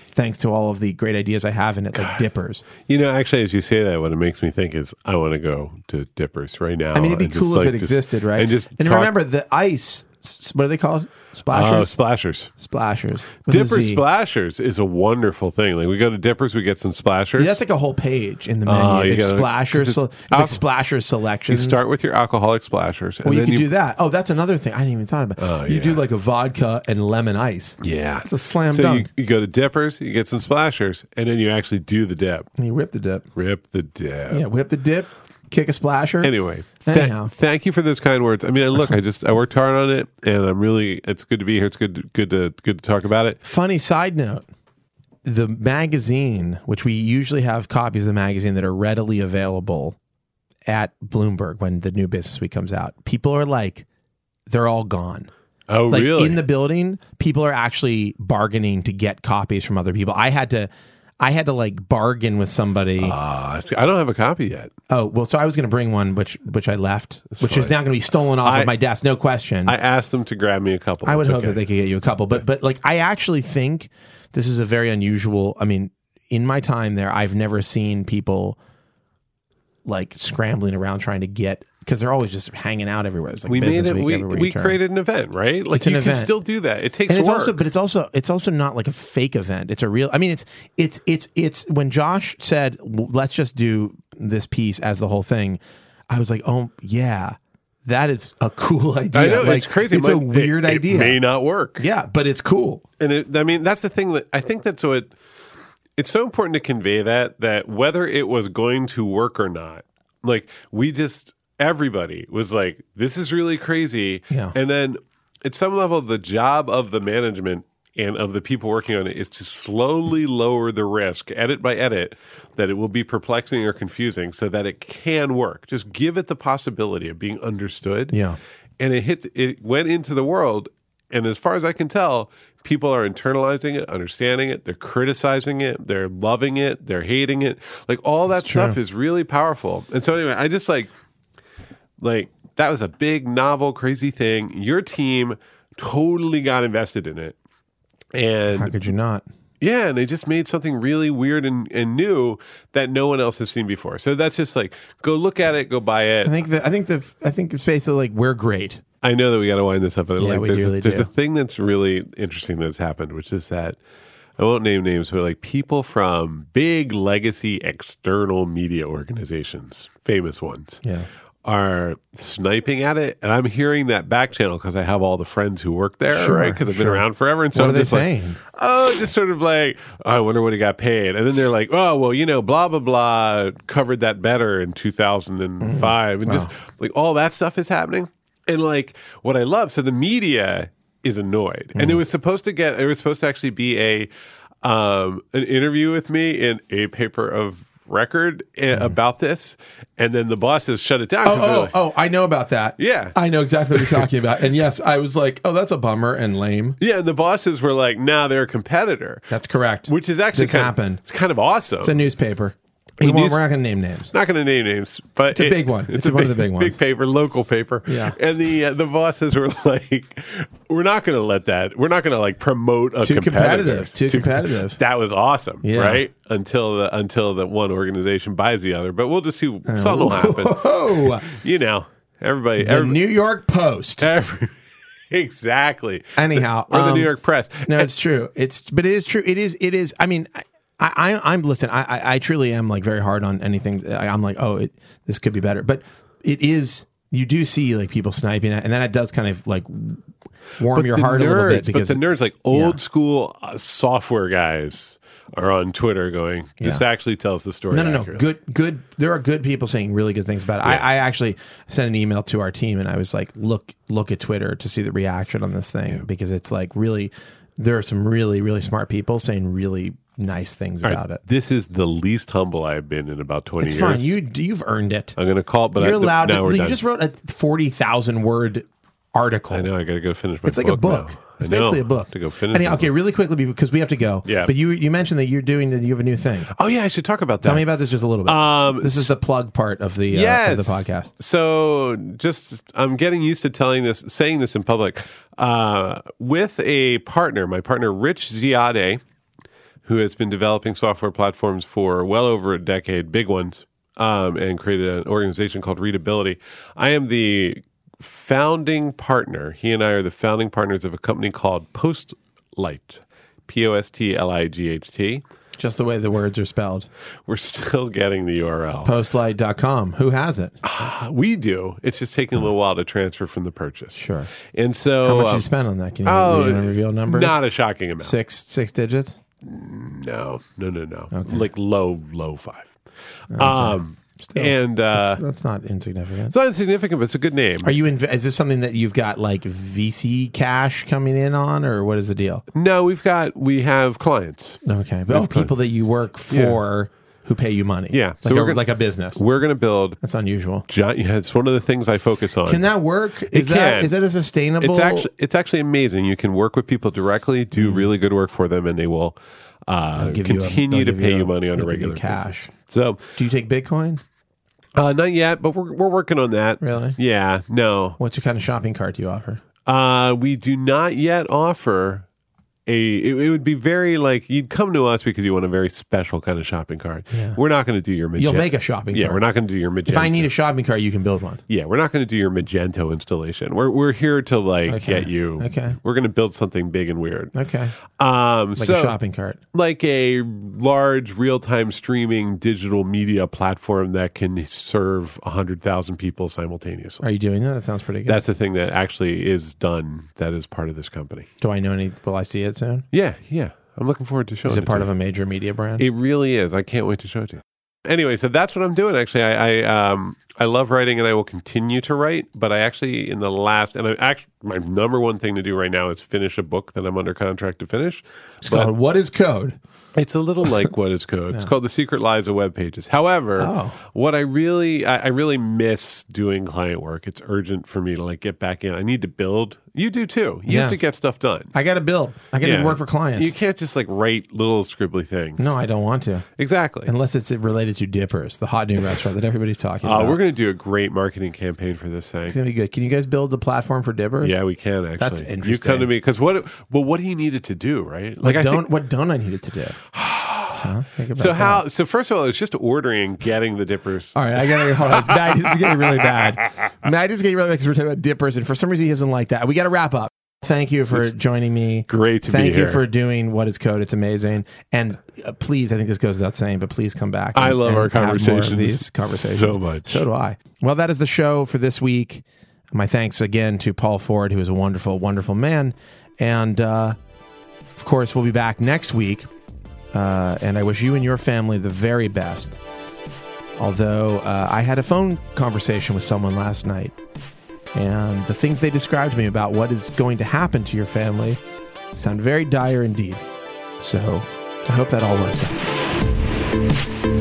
Speaker 1: thanks to all of the great ideas i have in it like dippers
Speaker 2: You know, actually, as you say that, what it makes me think is I want to go to Dippers right now.
Speaker 1: i mean it'd be
Speaker 2: and just,
Speaker 1: cool
Speaker 2: like,
Speaker 1: if it
Speaker 2: just-
Speaker 1: existed right
Speaker 2: And just
Speaker 1: and
Speaker 2: talk-
Speaker 1: remember the ice s- what are they called
Speaker 2: Oh,
Speaker 1: splashers
Speaker 2: splashers.
Speaker 1: splashers with a
Speaker 2: Dipper
Speaker 1: Z.
Speaker 2: splashers is a wonderful thing. Like we go to Dippers, we get some splashers.
Speaker 1: Yeah, that's like a whole page in the menu
Speaker 2: Oh, you
Speaker 1: it's
Speaker 2: gotta-
Speaker 1: splasher
Speaker 2: 'cause it's
Speaker 1: so it's,
Speaker 2: alcohol.
Speaker 1: like splasher
Speaker 2: you
Speaker 1: selections
Speaker 2: start with your alcoholic splashers. And
Speaker 1: well, you could do that. Oh, that's another thing I didn't even thought about.
Speaker 2: Oh,
Speaker 1: you do
Speaker 2: yeah.
Speaker 1: like a vodka and lemon ice.
Speaker 2: Yeah,
Speaker 1: It's a slam
Speaker 2: so
Speaker 1: dunk.
Speaker 2: You, you go to Dippers, you get some splashers, and then you actually do the dip.
Speaker 1: And you whip the dip.
Speaker 2: Rip the dip.
Speaker 1: Yeah, whip the dip, kick a splasher.
Speaker 2: Anyway, tha-
Speaker 1: Anyhow.
Speaker 2: thank you for those kind words. I mean, I- look, I just I worked hard on it, and I'm really it's good to be here. It's good good to good to talk about it.
Speaker 1: Funny side note the magazine, which we usually have copies of the magazine that are readily available at Bloomberg when the new business week comes out, people are like, they're all gone.
Speaker 2: Oh,
Speaker 1: like
Speaker 2: really?
Speaker 1: in the building people are actually bargaining to get copies from other people i had to i had to like bargain with somebody
Speaker 2: Ah, see, I don't have a copy yet.
Speaker 1: oh well so i was going to bring one which which i left which is now
Speaker 2: fine.
Speaker 1: going to be stolen off
Speaker 2: I-
Speaker 1: of my desk no question
Speaker 2: I asked them to grab me a couple.
Speaker 1: I would
Speaker 2: It's
Speaker 1: hope
Speaker 2: okay.
Speaker 1: that they could get you a couple, but but like I actually think this is a very unusual. I mean, in my time there, I've never seen people like scrambling around trying to get because they're always just hanging out everywhere. It's like
Speaker 2: we made
Speaker 1: business
Speaker 2: it.
Speaker 1: week
Speaker 2: We,
Speaker 1: everywhere
Speaker 2: we
Speaker 1: you turn.
Speaker 2: created an event, right? Like
Speaker 1: It's an
Speaker 2: you can
Speaker 1: event.
Speaker 2: still do that. It takes
Speaker 1: And it's
Speaker 2: work.
Speaker 1: also, but it's also, it's also not like a fake event. It's a real. I mean, it's, it's, it's, it's. When Josh said, "W- "Let's just do this piece as the whole thing," I was like, "Oh yeah, that is a cool idea.
Speaker 2: I know
Speaker 1: Like,
Speaker 2: it's crazy.
Speaker 1: It's
Speaker 2: It
Speaker 1: a
Speaker 2: might-
Speaker 1: weird
Speaker 2: it-
Speaker 1: idea.
Speaker 2: It may not work.
Speaker 1: yeah, but it's cool.
Speaker 2: and it, I mean that's the thing that I think that's what it's so important to convey that that whether it was going to work or not, like we just everybody was like, this is really crazy,
Speaker 1: Yeah.
Speaker 2: and then at some level, the job of the management and of the people working on it is to slowly lower the risk, edit by edit, that it will be perplexing or confusing, so that it can work. Just give it the possibility of being understood,
Speaker 1: Yeah.
Speaker 2: and it hit it went into the world and as far as i can tell people are internalizing it understanding it they're criticizing it they're loving it they're hating it like all that stuff is really powerful and so anyway i just like like that was a big novel crazy thing your team totally got invested in it
Speaker 1: How
Speaker 2: and
Speaker 1: could you not?
Speaker 2: yeah, and they just made something really weird and, and new that no one else has seen before. So that's just like go look at it, go buy it.
Speaker 1: I think the I think the I think it's basically like we're great.
Speaker 2: I know that we got to wind this up, but
Speaker 1: Yeah,
Speaker 2: like,
Speaker 1: we
Speaker 2: there's,
Speaker 1: do, we
Speaker 2: there's
Speaker 1: do.
Speaker 2: a thing that's really interesting that's happened, which is that I won't name names, but like people from big legacy external media organizations, famous ones,
Speaker 1: Yeah.
Speaker 2: are sniping at it. And I'm hearing that back channel because I have all the friends who work there,
Speaker 1: Sure,
Speaker 2: right? Because I've been
Speaker 1: sure.
Speaker 2: around forever. And so
Speaker 1: What
Speaker 2: I'm
Speaker 1: are they
Speaker 2: just like,
Speaker 1: saying?
Speaker 2: oh, just sort of like, oh, I wonder what he got paid. And then they're like, oh, well, you know, blah, blah, blah covered that better in 2005. And
Speaker 1: Mm.
Speaker 2: just like all that stuff is happening. And like what I love, so the media is annoyed. And it
Speaker 1: Mm.
Speaker 2: was supposed to get, it was supposed to actually be a, um, an interview with me in a paper of record uh, about this. And then the bosses shut it down. 'cause they're
Speaker 1: Mm. Oh,
Speaker 2: like,
Speaker 1: oh, I know about that.
Speaker 2: Yeah.
Speaker 1: I know exactly what you're talking about. And yes, I was like, oh, that's a bummer and lame.
Speaker 2: Yeah, and the bosses were like, "Now they're a competitor."
Speaker 1: That's correct.
Speaker 2: Which is actually
Speaker 1: This
Speaker 2: kind of-
Speaker 1: happened.
Speaker 2: it's kind of awesome.
Speaker 1: It's a newspaper. We
Speaker 2: Hey,
Speaker 1: won't-
Speaker 2: news-
Speaker 1: we're not going to name names.
Speaker 2: not going to name names, but it's
Speaker 1: a big one. It's one of the big ones.
Speaker 2: Big paper, local paper.
Speaker 1: Yeah.
Speaker 2: And the uh, the bosses were like, "We're not going to let that. We're not going to like promote a
Speaker 1: Too
Speaker 2: competitor.
Speaker 1: competitive. Too competitive.
Speaker 2: That was awesome,
Speaker 1: Yeah.
Speaker 2: right? Until the until the one organization buys the other. But we'll just see something will happen.
Speaker 1: Oh,
Speaker 2: You know, everybody.
Speaker 1: the
Speaker 2: every-
Speaker 1: New York Post.
Speaker 2: every- exactly.
Speaker 1: Anyhow,
Speaker 2: or the
Speaker 1: um,
Speaker 2: New York Press.
Speaker 1: No, it's true. It's but it is true. It is. It is. I mean, I, I I'm listen. I, I I truly am like very hard on anything. I, I'm like, oh, it, this could be better. But it is. You do see like people sniping at, and then it does kind of like warm your
Speaker 2: the
Speaker 1: heart a little bit
Speaker 2: nerds-
Speaker 1: because
Speaker 2: but the nerds, like old school uh, software guys, are on Twitter going, "This
Speaker 1: Yeah.
Speaker 2: actually tells the story."
Speaker 1: No, no, no.
Speaker 2: accurately."
Speaker 1: Good, good. There are good people saying really good things about it. I, I actually sent an email to our team and I was like, look, look at Twitter to see the reaction on this thing because it's like really, there are some really, really smart people saying really nice things
Speaker 2: All right,
Speaker 1: about it.
Speaker 2: This is the least humble I've been in about twenty
Speaker 1: It's
Speaker 2: years.
Speaker 1: fine. You, you've earned it.
Speaker 2: I'm going to call it, but
Speaker 1: You're
Speaker 2: Uh, I,
Speaker 1: allowed.
Speaker 2: Now
Speaker 1: to,
Speaker 2: we're
Speaker 1: you
Speaker 2: done.
Speaker 1: just wrote a forty thousand word article.
Speaker 2: I know I got to go finish my.
Speaker 1: It's like a book.
Speaker 2: now.
Speaker 1: It's
Speaker 2: I know.
Speaker 1: basically a book.
Speaker 2: To go finish.
Speaker 1: Anyhow,
Speaker 2: my
Speaker 1: okay,
Speaker 2: book.
Speaker 1: really quickly because we have to go.
Speaker 2: Yeah.
Speaker 1: But you you mentioned that you're doing and you have a new thing.
Speaker 2: Oh yeah, I should talk about that.
Speaker 1: Tell me about this just a little bit.
Speaker 2: Um,
Speaker 1: this is the plug part of the uh,
Speaker 2: yes.
Speaker 1: of the podcast.
Speaker 2: So just I'm getting used to telling this, saying this in public. Uh, with a partner, my partner Rich Ziade, who has been developing software platforms for well over a decade, big ones, um, and created an organization called Readability. I am the founding partner. He and I are the founding partners of a company called Postlight. P O S T L I G H T.
Speaker 1: Just the way the words are spelled.
Speaker 2: We're still getting the URL.
Speaker 1: Postlight.com. Who has it?
Speaker 2: Ah.
Speaker 1: How
Speaker 2: We do. It's just taking a little while to transfer from the purchase.
Speaker 1: Sure.
Speaker 2: And so,
Speaker 1: much
Speaker 2: um,
Speaker 1: you spend on that? Can you,
Speaker 2: oh,
Speaker 1: you wanna reveal numbers?
Speaker 2: Not a shocking amount.
Speaker 1: six six digits.
Speaker 2: No, no, no, no. Like low, low five. Um, and uh,
Speaker 1: That's, that's not insignificant.
Speaker 2: it's not insignificant, but it's a good name.
Speaker 1: Are you? Inv- is this something that you've got like VC cash coming in on, or what is the deal?
Speaker 2: no, we've got we have clients.
Speaker 1: Okay, but oh, people that you work for who pay you money.
Speaker 2: Yeah.
Speaker 1: like,
Speaker 2: So
Speaker 1: a,
Speaker 2: we're gonna-
Speaker 1: like a business.
Speaker 2: We're going to build.
Speaker 1: That's unusual.
Speaker 2: Giant, yeah, it's one of the things I focus on.
Speaker 1: Can that work? Is that
Speaker 2: can.
Speaker 1: is that a sustainable?
Speaker 2: It's actually it's actually amazing. You can work with people directly, do really good work for them, and they will uh,
Speaker 1: give you a-
Speaker 2: continue
Speaker 1: Hmm. they'll
Speaker 2: to
Speaker 1: give
Speaker 2: pay
Speaker 1: you a-
Speaker 2: you money on a
Speaker 1: they'll give you
Speaker 2: regular
Speaker 1: cash.
Speaker 2: basis. So
Speaker 1: Do you take Bitcoin?
Speaker 2: Uh, not yet, but we're we're working on that.
Speaker 1: Really?
Speaker 2: Yeah. No.
Speaker 1: What's your kind of shopping cart do you offer?
Speaker 2: Uh, we do not yet offer a it, it would be very like you'd come to us because you want a very special kind of shopping cart. We're not going to do your magenta.
Speaker 1: You'll make a shopping
Speaker 2: Yeah,
Speaker 1: cart.
Speaker 2: we're not going to do your magenta.
Speaker 1: If I need a shopping cart, you can build one.
Speaker 2: yeah, we're not going to do your magento installation. We're we're here to like
Speaker 1: Okay.
Speaker 2: get you.
Speaker 1: Okay.
Speaker 2: We're going to build something big and weird.
Speaker 1: Okay.
Speaker 2: Um,
Speaker 1: Like
Speaker 2: so,
Speaker 1: a shopping cart.
Speaker 2: like a large real-time streaming digital media platform that can serve 100,000 people simultaneously.
Speaker 1: Are you doing that? That sounds pretty good.
Speaker 2: That's the thing that actually is done that is part of this company.
Speaker 1: Do I know any? Will I see it soon?
Speaker 2: Yeah, yeah. I'm looking forward to showing
Speaker 1: Is it part
Speaker 2: to
Speaker 1: of
Speaker 2: you.
Speaker 1: a major media brand?
Speaker 2: It really is. I can't wait to show it to you. Anyway, so that's what I'm doing. Actually, I I, um, I love writing, and I will continue to write. But I actually, in the last, and I actually, my number one thing to do right now is finish a book that I'm under contract to finish.
Speaker 1: It's called What is Code?
Speaker 2: It's a little like what is code. It's called the secret lies of web pages. However,
Speaker 1: Oh.
Speaker 2: what I really I, I really miss doing client work. It's urgent for me to like get back in. I need to build. You do too. You
Speaker 1: Yes.
Speaker 2: have to get stuff done.
Speaker 1: I got to build. I got to
Speaker 2: Yeah.
Speaker 1: work for clients.
Speaker 2: You can't just like write little scribbly things.
Speaker 1: no, I don't want to.
Speaker 2: exactly.
Speaker 1: Unless it's related to Dippers, the hot new restaurant that everybody's talking
Speaker 2: Uh,
Speaker 1: about.
Speaker 2: we're going to do a great marketing campaign for this thing.
Speaker 1: it's gonna be good. Can you guys build the platform for Dippers?
Speaker 2: Yeah, we can actually.
Speaker 1: That's
Speaker 2: You come
Speaker 1: interesting.
Speaker 2: to me because what? Well, what he needed to do, right?
Speaker 1: Like,
Speaker 2: I
Speaker 1: don't
Speaker 2: think-
Speaker 1: what don't I need it to do? Huh? Think about
Speaker 2: so
Speaker 1: that.
Speaker 2: how? So first of all, it's just ordering, getting the dippers.
Speaker 1: All right, I gotta hold on. Matt, this is getting really bad. Matt is getting really bad because we're talking about dippers, and for some reason he isn't like that. We gotta wrap up. Thank you for joining me.
Speaker 2: great to be
Speaker 1: Thank
Speaker 2: here.
Speaker 1: you for doing what is code. It's amazing. And uh, please, I think this goes without saying, but please come back.
Speaker 2: I
Speaker 1: and-
Speaker 2: love
Speaker 1: and
Speaker 2: our
Speaker 1: have more of
Speaker 2: conversations
Speaker 1: these conversations
Speaker 2: so much.
Speaker 1: So do I. Well, that is the show for this week. My thanks again to Paul Ford, who is a wonderful, wonderful man. And uh, of course, we'll be back next week. Uh, and I wish you and your family the very best. Although uh, I had a phone conversation with someone last night, and the things they described to me about what is going to happen to your family sound very dire indeed. So I hope that all works out.